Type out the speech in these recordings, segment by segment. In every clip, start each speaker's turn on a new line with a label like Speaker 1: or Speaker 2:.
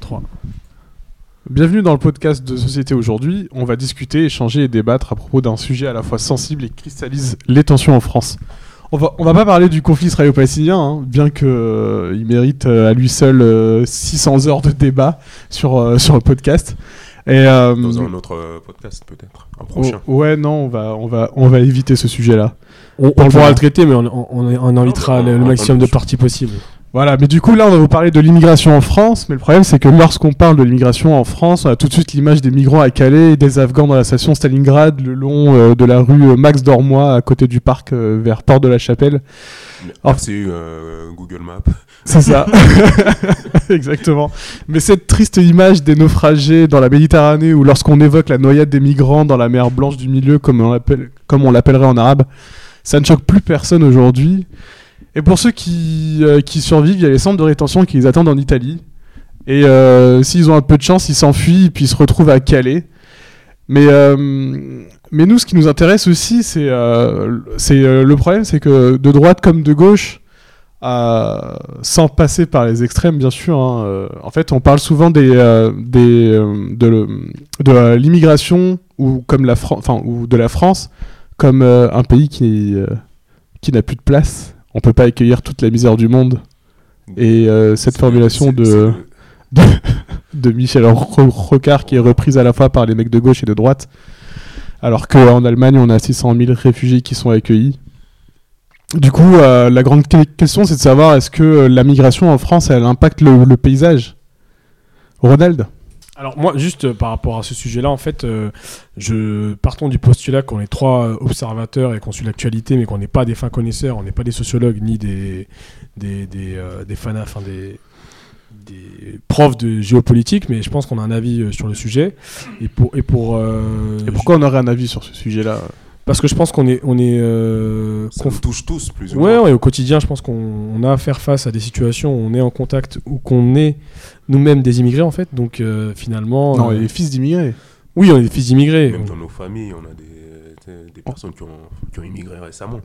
Speaker 1: 3. Bienvenue dans le podcast de Société aujourd'hui. On va discuter, échanger et débattre à propos d'un sujet à la fois sensible et qui cristallise les tensions en France. On va, on va pas parler du conflit israélo-palestinien, hein, bien qu'il mérite euh, à lui seul euh, 600 heures de débat sur, euh, sur le podcast. Et, euh,
Speaker 2: Dans
Speaker 3: Mm.
Speaker 2: un autre euh, podcast, peut-être. Un prochain.
Speaker 1: oh, ouais, non, on va, on, va, on va éviter ce sujet-là.
Speaker 3: On,
Speaker 1: On
Speaker 3: on
Speaker 1: le
Speaker 3: pourra
Speaker 1: verra.
Speaker 3: le traiter, mais on, on- on- on invitera le, le maximum de parties possible.
Speaker 1: Voilà, mais du coup là on va vous parler de l'immigration en France, mais le problème c'est que lorsqu'on parle de l'immigration en France, on a tout de suite l'image des migrants à Calais, et des Afghans dans la station Stalingrad, le long euh, de la rue euh, Max Dormois à côté du parc euh, vers Port de la Chapelle.
Speaker 3: Ah.
Speaker 1: Oh.
Speaker 2: Merci euh, Google Maps.
Speaker 1: C'est ça. Exactement. Mais cette triste image des naufragés dans la Méditerranée ou lorsqu'on évoque la noyade des migrants dans la mer Blanche du Milieu, comme on, l'appelle- comme on l'appellerait en arabe, ça ne choque plus personne aujourd'hui. Et pour ceux qui, euh, qui survivent, il y a les centres de rétention qui les attendent en Italie. Et euh, s'ils ont un peu de chance, ils s'enfuient et puis ils se retrouvent à Calais. Mais, euh, mais nous, ce qui nous intéresse aussi, c'est euh, c'est, euh, le problème, c'est que de droite comme de gauche, à- sans passer par les extrêmes, bien sûr. hein, euh, en fait, on parle souvent des, euh, des, euh, de, le- de, euh, l'immigration ou, comme la Fran- enfin, ou de la France comme euh, un pays qui, euh, qui n'a plus de place. On peut pas accueillir toute la misère du monde. Et euh, cette
Speaker 2: C'est-
Speaker 1: formulation
Speaker 2: c'est-
Speaker 1: de
Speaker 2: c'est-
Speaker 1: de, de Michel Ro- Rocard qui est reprise à la fois par les mecs de gauche et de droite. Alors qu'en Allemagne, on a 600 000 réfugiés qui sont accueillis. Du coup, euh, la grande que- question, c'est de savoir est-ce que euh, la migration en France, elle impacte le, le paysage Ronald
Speaker 3: Alors moi, juste euh, par rapport à ce sujet-là, en fait, euh, je partons du postulat qu'on est trois euh, observateurs et qu'on suit l'actualité, mais qu'on n'est pas des fins connaisseurs, on n'est pas des sociologues ni des des des, euh, des fanas, enfin, des des profs de géopolitique, mais je pense qu'on a un avis euh, sur le sujet. Et pour et pour euh,
Speaker 1: Et pourquoi on aurait un avis sur ce sujet-là
Speaker 3: Parce que je pense qu'on est on est euh,
Speaker 2: Ça
Speaker 3: conf-
Speaker 2: nous touche tous, plus ou
Speaker 3: Ouais,
Speaker 2: moins.
Speaker 3: ouais, au quotidien, je pense qu'on on a à faire face à des situations où on est en contact ou qu'on est nous-mêmes des immigrés en fait. Donc euh, finalement,
Speaker 1: Non,
Speaker 3: euh,
Speaker 1: les fils d'immigrés.
Speaker 3: oui, on est des fils d'immigrés.
Speaker 2: Même dans nos familles, on a des, des- des personnes qui ont, qui ont immigré récemment.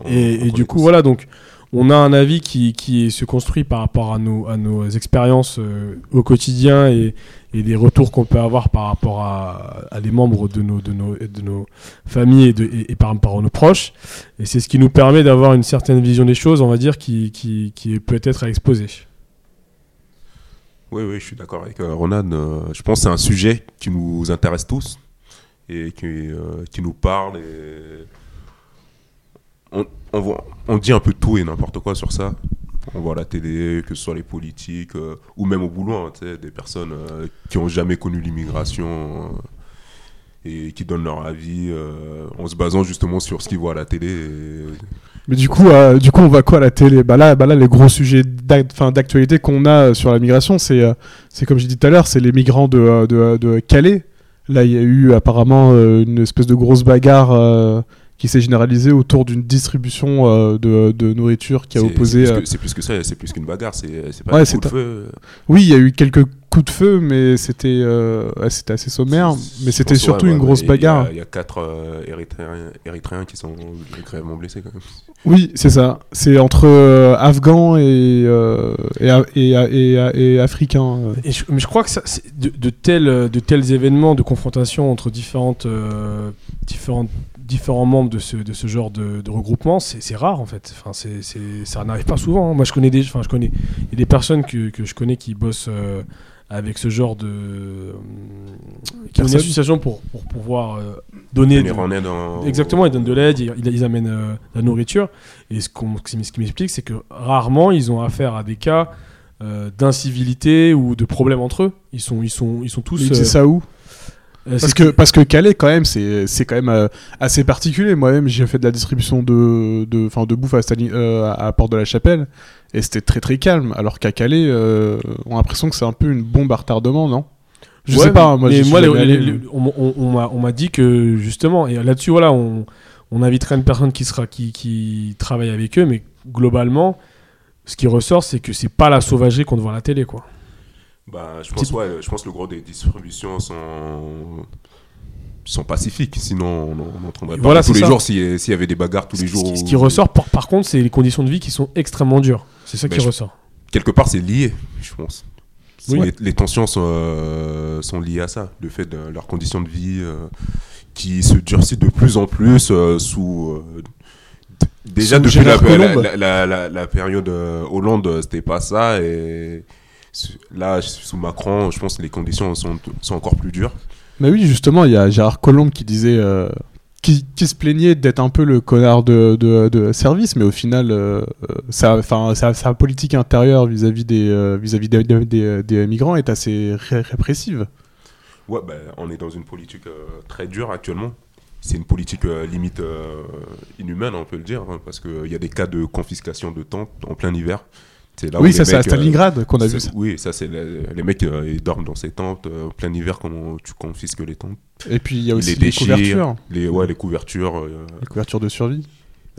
Speaker 2: On- on
Speaker 3: Et, et
Speaker 2: connaît
Speaker 3: du coup,
Speaker 2: tous.
Speaker 3: voilà, donc on a un avis qui, qui se construit par rapport à nos, à nos expériences euh, au quotidien et, et des retours qu'on peut avoir par rapport à, à des membres de nos, de nos, de nos familles et, de, et, et par, par nos proches. Et c'est ce qui nous permet d'avoir une certaine vision des choses, on va dire, qui, qui, qui est peut-être à exposer.
Speaker 2: Oui, oui, je suis d'accord avec euh, Ronan. Euh, je pense que c'est un sujet qui nous intéresse tous et qui, euh, qui nous parle. et On, on voit- on dit un peu tout et n'importe quoi sur ça. On voit à la télé, que ce soit les politiques euh, ou même au boulot, hein, tu sais, des personnes euh, qui n'ont jamais connu l'immigration euh, et qui donnent leur avis euh, en se basant justement sur ce qu'ils voient à la télé. et-
Speaker 1: Mais du coup, euh, du coup, on va quoi à la télé bah là, bah là, les gros sujets d'ac- 'fin, d'actualité qu'on a euh, sur la migration, c'est, euh, c'est comme j'ai dit tout à l'heure, c'est les migrants de, euh, de, de Calais. Là, il y a eu apparemment euh, une espèce de grosse bagarre euh, qui s'est généralisée autour d'une distribution euh, de, de nourriture qui a
Speaker 2: c'est-
Speaker 1: opposé.
Speaker 2: C'est
Speaker 1: euh,
Speaker 2: plus, que- c'est plus que ça, c'est plus qu'une bagarre, c'est c'est
Speaker 1: Ouais,
Speaker 2: pas
Speaker 1: c'est
Speaker 2: un coup
Speaker 1: un-
Speaker 2: de feu.
Speaker 1: Oui, il y a eu quelques coups de feu, mais c'était, euh, ouais, c'était assez sommaire.
Speaker 2: C'est-
Speaker 1: Mais
Speaker 2: je
Speaker 1: c'était
Speaker 2: pense,
Speaker 1: surtout
Speaker 2: ouais,
Speaker 1: une
Speaker 2: ouais,
Speaker 1: grosse
Speaker 2: il y a-
Speaker 1: bagarre.
Speaker 2: Il y, a quatre euh, érythréens, érythréens qui sont gravement blessés quand même.
Speaker 1: Oui, c'est ça. C'est entre euh, Afghans et, euh, et, a- et, a- et, a- et Africains. euh.
Speaker 3: Et je, mais je crois que ça, c'est de, de tels, euh, de tels événements de confrontation entre différentes, euh, différentes, différents membres de ce, de ce genre de, de regroupement, c'est c'est rare en fait. Enfin, c'est c'est- ça n'arrive pas souvent. hein. Moi, je connais des, enfin, je connais, il y a des personnes que, que je connais qui bossent euh, avec ce genre de, euh, qui ont une
Speaker 1: Personnes.
Speaker 3: association pour, pour pouvoir euh, donner.
Speaker 2: Venir
Speaker 3: de-
Speaker 2: en aide en-
Speaker 3: Exactement, ils donnent de l'aide, ils, ils- ils amènent euh, de la nourriture. Et ce, qu'on- ce qui m'explique, c'est que rarement ils ont affaire à des cas euh, d'incivilité ou de problèmes entre eux. Ils sont, ils sont, ils sont tous.
Speaker 1: Ils
Speaker 3: euh,
Speaker 1: disaient ça où
Speaker 3: euh,
Speaker 1: Parce
Speaker 3: c'est-
Speaker 1: que, parce que Calais, quand même, c'est c'est quand même euh, assez particulier. Moi-même, j'ai fait de la distribution de, de, 'fin, de bouffe à, Stali- euh, à Porte de la Chapelle et c'était très très calme. Alors qu'à Calais, euh, on a l'impression que c'est un peu une bombe à retardement, non Je
Speaker 3: Ouais,
Speaker 1: sais pas, hein,
Speaker 3: mais-
Speaker 1: moi,
Speaker 3: mais
Speaker 1: j'y suis
Speaker 3: moi, les-
Speaker 1: jamais allé, euh,
Speaker 3: les-
Speaker 1: mais-
Speaker 3: les- on, m'a- on- on m'a- on m'a dit que justement, et là-dessus, voilà, on, on inviterait une personne qui sera qui, qui travaille avec eux, mais globalement, ce qui ressort, c'est que c'est pas la sauvagerie qu'on voit à la télé, quoi.
Speaker 2: Bah, je, pense, ouais, je pense que le gros des distributions sont, sont pacifiques, sinon on en- on n'entendrait pas
Speaker 3: Voilà,
Speaker 2: tous
Speaker 3: c'est
Speaker 2: les
Speaker 3: ça.
Speaker 2: jours s'il y, s'il y avait des bagarres tous
Speaker 3: Ce
Speaker 2: les
Speaker 3: qui- ce
Speaker 2: jours.
Speaker 3: qui- ce qui
Speaker 2: où-
Speaker 3: ressort, par, par contre, c'est les conditions de vie qui sont extrêmement dures. C'est ça
Speaker 2: Ben,
Speaker 3: qui
Speaker 2: je-
Speaker 3: ressort.
Speaker 2: Quelque part, c'est lié, je pense.
Speaker 3: Oui.
Speaker 2: Les, les tensions sont, euh, sont liées à ça, le fait de leurs conditions de vie euh, qui se durcit de plus en plus euh, sous. euh, d- déjà
Speaker 1: Sous
Speaker 2: depuis la,
Speaker 1: Gérard
Speaker 2: la,
Speaker 1: Collomb.
Speaker 2: la- la- la- la période euh, Hollande, euh, c'était pas ça. Et su- là, sous Macron, je pense que les conditions sont, sont encore plus dures.
Speaker 1: Mais oui, justement, il y a Gérard Colomb qui disait. euh, qui, qui se plaignait d'être un peu le connard de, de- de service, mais au final, euh, euh, sa, enfin, sa, sa politique intérieure vis-à-vis des, euh, vis-à-vis des, des- des- des migrants est assez ré- répressive.
Speaker 2: Ouais, bah, on est dans une politique euh, très dure actuellement. C'est une politique euh, limite euh, inhumaine, on peut le dire, hein, parce qu'il y a des cas de confiscation de tentes en plein hiver. C'est là où
Speaker 1: oui,
Speaker 2: les
Speaker 1: ça, c'est à
Speaker 2: mecs, euh,
Speaker 1: Stalingrad qu'on a vu
Speaker 2: c'est-
Speaker 1: ça.
Speaker 2: Oui, ça, c'est le- les mecs, euh, ils dorment dans ces tentes. euh, en plein hiver, comment tu confisques les tentes
Speaker 1: Et puis, il y a
Speaker 2: les
Speaker 1: aussi les,
Speaker 2: déchirent.
Speaker 1: couvertures.
Speaker 2: les, ouais, les couvertures, euh,
Speaker 1: Les couvertures de survie.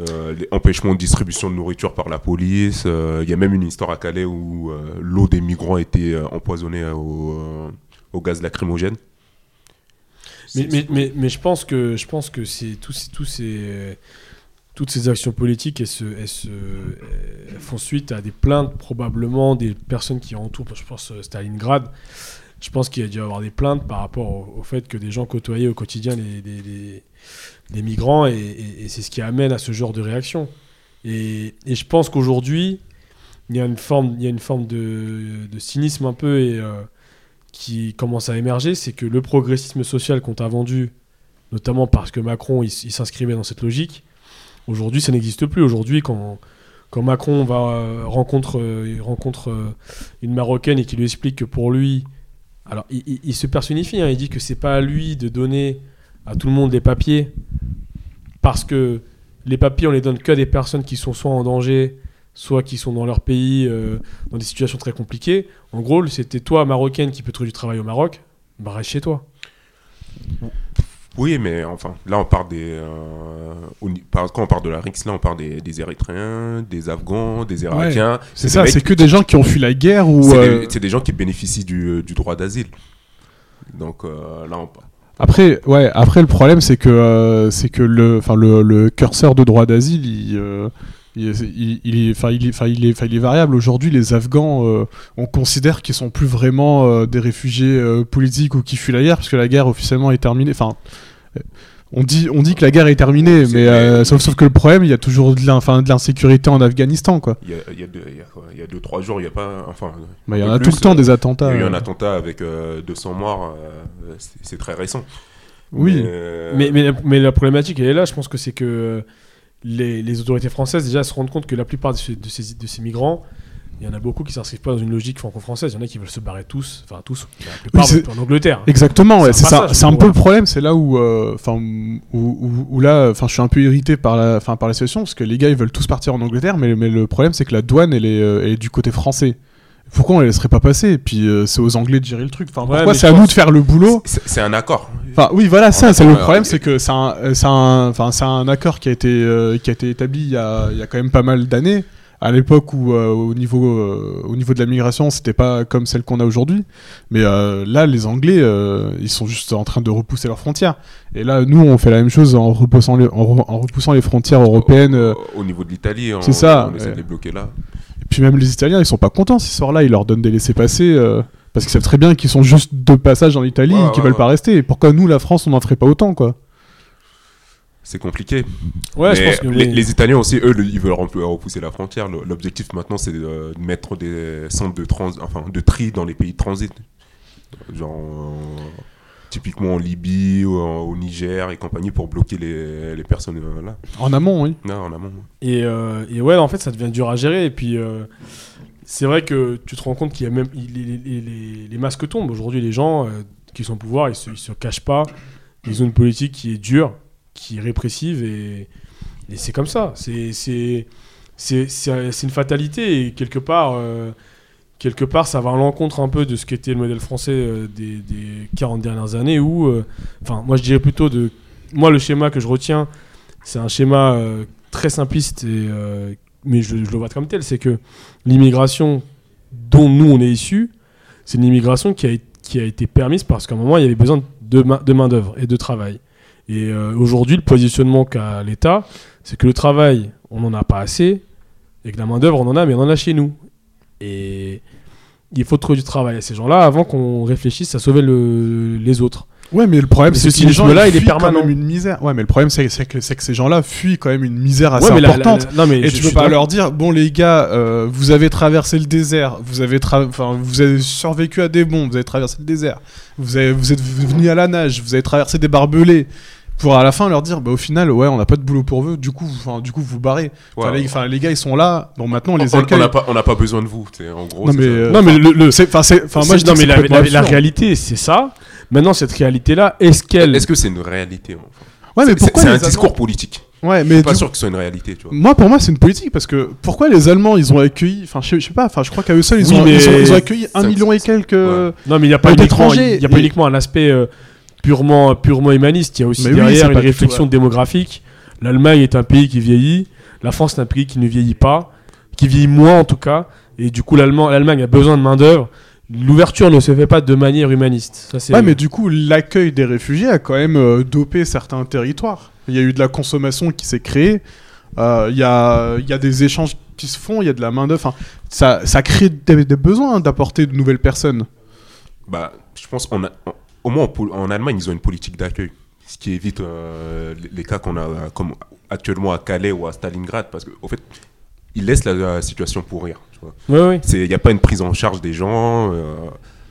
Speaker 2: euh, les empêchements de distribution de nourriture par la police. euh, Il y a même une histoire à Calais où euh, l'eau des migrants a été euh, empoisonnée euh, au, euh, au gaz lacrymogène.
Speaker 3: Mais,
Speaker 2: C'est-
Speaker 3: mais, mais, mais je pense que, je pense que c'est tous, ces- tous ces, euh, toutes ces actions politiques, elles, se, elles, se, euh, elles font suite à des plaintes probablement des personnes qui entourent, je pense, euh, Stalingrad. Je pense qu'il y a dû y avoir des plaintes par rapport au, au fait que des gens côtoyaient au quotidien les, les- les- les migrants et, et- et c'est ce qui amène à ce genre de réaction. Et, et je pense qu'aujourd'hui, il y a une forme, il y a une forme de, de cynisme un peu et... euh, qui commence à émerger, c'est que le progressisme social qu'on t'a vendu, notamment parce que Macron il, s- il s'inscrivait dans cette logique, aujourd'hui ça n'existe plus. Aujourd'hui, quand, quand Macron va euh, rencontre, euh, il rencontre euh, une Marocaine et qui lui explique que pour lui, alors il, il- il se personnifie, hein, il dit que c'est pas à lui de donner à tout le monde des papiers, parce que les papiers on les donne que à des personnes qui sont soit en danger, soit qui sont dans leur pays, euh, dans des situations très compliquées. En gros, c'était toi, marocaine, qui peut trouver du travail au Maroc, bah reste chez toi.
Speaker 2: Oui, mais enfin, là, on parle des. euh, au ni- par- quand on parle de la RICS, là, on parle des, des Érythréens, des Afghans, des Irakiens.
Speaker 1: C'est
Speaker 2: des
Speaker 1: ça,
Speaker 2: mecs-
Speaker 1: c'est que des gens qui ont fui la guerre ou.
Speaker 2: c'est
Speaker 1: euh,
Speaker 2: des, c'est des gens qui bénéficient du, euh, du droit d'asile. Donc euh, là, on parle.
Speaker 1: Après, ouais, après le problème c'est que euh, c'est que le, enfin le, le curseur de droit d'asile, il, euh, il, il- il est, enfin il est, enfin il est, enfin, il est variable. Aujourd'hui, les Afghans, euh, on considère qu'ils sont plus vraiment euh, des réfugiés euh, politiques ou qui fuient la guerre, parce que la guerre officiellement est terminée. Enfin, euh, on dit, on dit que la guerre est terminée,
Speaker 2: C'est
Speaker 1: mais
Speaker 2: vrai.
Speaker 1: euh, sauf, sauf que le problème, il y a toujours de l'in- enfin, de l'insécurité en Afghanistan, quoi.
Speaker 2: Il y a, il y, a deux- il y, a quoi Il y a deux, trois jours, il n'y a pas. Enfin,
Speaker 1: Bah, il y
Speaker 2: un
Speaker 1: en
Speaker 2: peu
Speaker 1: a tout
Speaker 2: plus,
Speaker 1: le temps
Speaker 2: euh,
Speaker 1: des
Speaker 2: Il y
Speaker 1: attentats.
Speaker 2: a eu un
Speaker 1: euh.
Speaker 2: attentat avec euh, 200 morts. euh, c'est c'est très récent.
Speaker 1: Oui.
Speaker 2: Mais, euh,
Speaker 3: Mais, mais, la- mais la problématique, elle est là. Je pense que c'est que euh, les, les autorités françaises, déjà, se rendent compte que la plupart de ces, de ces, de ces migrants, il y en a beaucoup qui s'inscrivent pas dans une logique franco-française. Il y en a qui veulent se barrer tous, enfin tous, la plupart
Speaker 1: c'est-
Speaker 3: en Angleterre.
Speaker 1: Exactement, ouais,
Speaker 3: C'est
Speaker 1: c'est
Speaker 3: un
Speaker 1: ça.
Speaker 3: passage,
Speaker 1: C'est un
Speaker 3: quoi,
Speaker 1: peu
Speaker 3: voilà.
Speaker 1: le problème. C'est là où, euh, enfin, où, où- où là, enfin, je suis un peu irrité par la, enfin, par la situation parce que les gars, ils veulent tous partir en Angleterre, mais, mais le problème, c'est que la douane, elle est, euh, elle est du côté français. Pourquoi on les laisserait pas passer Et puis, euh, c'est aux Anglais de gérer le truc. Enfin,
Speaker 3: Ouais,
Speaker 1: pourquoi
Speaker 3: mais
Speaker 1: c'est à
Speaker 3: je
Speaker 1: nous
Speaker 3: pense-
Speaker 1: de faire le boulot
Speaker 2: euh, c'est c'est un accord.
Speaker 1: Enfin, oui, voilà, ça,
Speaker 2: Ouais,
Speaker 1: c'est le
Speaker 2: ouais,
Speaker 1: problème,
Speaker 2: ouais.
Speaker 1: c'est que c'est un, euh, c'est un, enfin, c'est un accord qui a été, euh, qui a été établi il y a, il y a quand même pas mal d'années, à l'époque où, euh, au niveau, euh, au niveau de la migration, c'était pas comme celle qu'on a aujourd'hui. Mais euh, là, les Anglais, euh, ils sont juste en train de repousser leurs frontières. Et là, nous, on fait la même chose en repoussant les, en, re- en repoussant les frontières européennes. euh,
Speaker 2: Au, au niveau de l'Italie, on,
Speaker 1: c'est ça,
Speaker 2: on essaie
Speaker 1: ouais.
Speaker 2: de les bloquer là.
Speaker 1: Et puis même les Italiens, ils sont pas contents ces soirs-là, ils leur donnent des laissés-passer. euh, parce qu'ils savent très bien qu'ils sont juste de passage en Italie
Speaker 2: Ouais,
Speaker 1: et qu'ils
Speaker 2: ouais,
Speaker 1: veulent
Speaker 2: ouais.
Speaker 1: pas rester. Et pourquoi nous, la France, on n'en ferait pas autant, quoi
Speaker 2: C'est compliqué.
Speaker 3: Ouais, je
Speaker 2: Mais
Speaker 3: pense que
Speaker 2: les,
Speaker 3: les-
Speaker 2: les Italiens aussi, eux, le- ils veulent rem- repousser la frontière. Le- L'objectif maintenant, c'est de de mettre des centres de, trans, enfin, de tri dans les pays de transit. Genre, euh, typiquement en Libye, ou en- au Niger et compagnie, pour bloquer les, les personnes euh, là.
Speaker 1: En amont, oui.
Speaker 2: Non, en amont.
Speaker 3: Et, euh, et ouais, en fait, ça devient dur à gérer. Et puis, euh, c'est vrai que tu te rends compte qu'il y a même. il- Les, les- les- les masques tombent. Aujourd'hui, les gens euh, qui sont au pouvoir, ils se, ils se cachent pas. Ils ont une politique qui est dure, qui est répressive. Et, et c'est comme ça. C'est- C'est c'est- c'est- c'est une fatalité. Et quelque part. euh, Quelque part, ça va à l'encontre un peu de ce qu'était le modèle français euh, des, des 40 dernières années, où, euh, enfin, moi je dirais plutôt de. Moi, le schéma que je retiens, c'est un schéma euh, très simpliste, et, euh, mais je, je le vois comme tel, c'est que l'immigration dont nous on est issus, c'est une immigration qui a, é- qui a été permise parce qu'à un moment il y avait besoin de, main- de main-d'œuvre et de travail. Et euh, aujourd'hui, le positionnement qu'a l'État, c'est que le travail, on n'en a pas assez, et que la main-d'œuvre, on en a, mais on en a chez nous. Et il faut trouver du travail à ces gens-là avant qu'on réfléchisse à sauver le- les autres.
Speaker 1: Ouais, mais le problème,
Speaker 3: Mais
Speaker 1: c'est
Speaker 3: ce
Speaker 1: que ces gens-là,
Speaker 3: cynisme-là,
Speaker 1: il
Speaker 3: il est
Speaker 1: est quand
Speaker 3: permanent.
Speaker 1: même une misère. Ouais, mais le problème, c'est c'est que, c'est que ces gens-là fuient quand même une misère assez
Speaker 3: Ouais, mais la- la-
Speaker 1: importante.
Speaker 3: la- non, mais
Speaker 1: Ah, Et
Speaker 3: je-
Speaker 1: tu
Speaker 3: je
Speaker 1: peux
Speaker 3: suis
Speaker 1: pas
Speaker 3: d'accord.
Speaker 1: leur dire, bon les gars, euh, vous avez traversé le désert, vous avez, tra- enfin, vous avez survécu à des bombes, vous avez traversé le désert, vous, avez- vous êtes venus à la nage, vous avez traversé des barbelés, pour à la fin leur dire, bah, au final, ouais, on n'a pas de boulot pour vous, du coup, vous- enfin, du coup, vous barrez. Enfin,
Speaker 2: Ouais.
Speaker 1: les, enfin, les gars, ils sont là, bon, maintenant on
Speaker 2: On-
Speaker 1: les
Speaker 2: on- On
Speaker 1: accueille.
Speaker 2: n'a pas, on n'a pas besoin de vous, tu sais, en gros.
Speaker 1: Non
Speaker 2: c'est
Speaker 1: mais,
Speaker 2: ça.
Speaker 1: euh,
Speaker 3: Non, mais le- le-
Speaker 1: c'est, enfin, c'est, enfin, moi je dis
Speaker 3: non,
Speaker 1: que
Speaker 3: mais
Speaker 1: c'est
Speaker 3: la,
Speaker 1: complètement
Speaker 3: la- la
Speaker 1: absurde.
Speaker 3: réalité, c'est ça. Maintenant, cette réalité-là, est-ce qu'elle.
Speaker 2: Est-ce que c'est une réalité enfin
Speaker 1: Ouais, Ah, mais
Speaker 2: C'est-
Speaker 1: pourquoi
Speaker 2: C'est un
Speaker 1: les Allemands-
Speaker 2: discours politique.
Speaker 1: Ouais,
Speaker 2: Je
Speaker 1: mais
Speaker 2: suis pas
Speaker 1: du
Speaker 2: sûr que ce soit une réalité, tu vois.
Speaker 1: Moi, pour moi, c'est une politique parce que pourquoi les Allemands ils ont accueilli, enfin, je sais- je sais pas, enfin, je crois qu'à eux seuls ils,
Speaker 3: Oui,
Speaker 1: ont,
Speaker 3: mais-
Speaker 1: ils ont- ils ont accueilli un
Speaker 2: Ça-
Speaker 1: million et quelques.
Speaker 2: Ouais.
Speaker 3: Non, mais il n'y a pas,
Speaker 1: Mais
Speaker 3: uniquement,
Speaker 1: d'étrangers,
Speaker 3: il y a pas
Speaker 1: mais-
Speaker 3: uniquement un aspect euh, purement, purement humaniste. Il y a aussi
Speaker 1: Mais oui, c'est
Speaker 3: derrière
Speaker 1: pas
Speaker 3: une
Speaker 1: du tout,
Speaker 3: réflexion démographique. L'Allemagne est un pays qui vieillit. La France est un pays qui ne vieillit pas, qui vieillit moins en tout cas. Et du coup, l'Allemand- l'Allemagne a besoin de main-d'œuvre. L'ouverture ne se fait pas de manière humaniste. Ça, c'est-
Speaker 1: Ouais, mais du coup, l'accueil des réfugiés a quand même euh, dopé certains territoires. Il y a eu de la consommation qui s'est créée. euh, Il y, a, il y a des échanges qui se font. Il y a de la main d'œuvre. Enfin, ça, ça crée des, des besoins hein, d'apporter de nouvelles personnes.
Speaker 2: Bah, je pense qu'on a, au moins en, Pol- en Allemagne, ils ont une politique d'accueil, ce qui évite euh, les- les cas qu'on a euh, comme actuellement à Calais ou à Stalingrad, parce qu'au fait, ils laissent la, la situation pourrir. tu vois.
Speaker 3: Ouais, ouais.
Speaker 2: Il n'y a pas une prise en charge des gens. euh,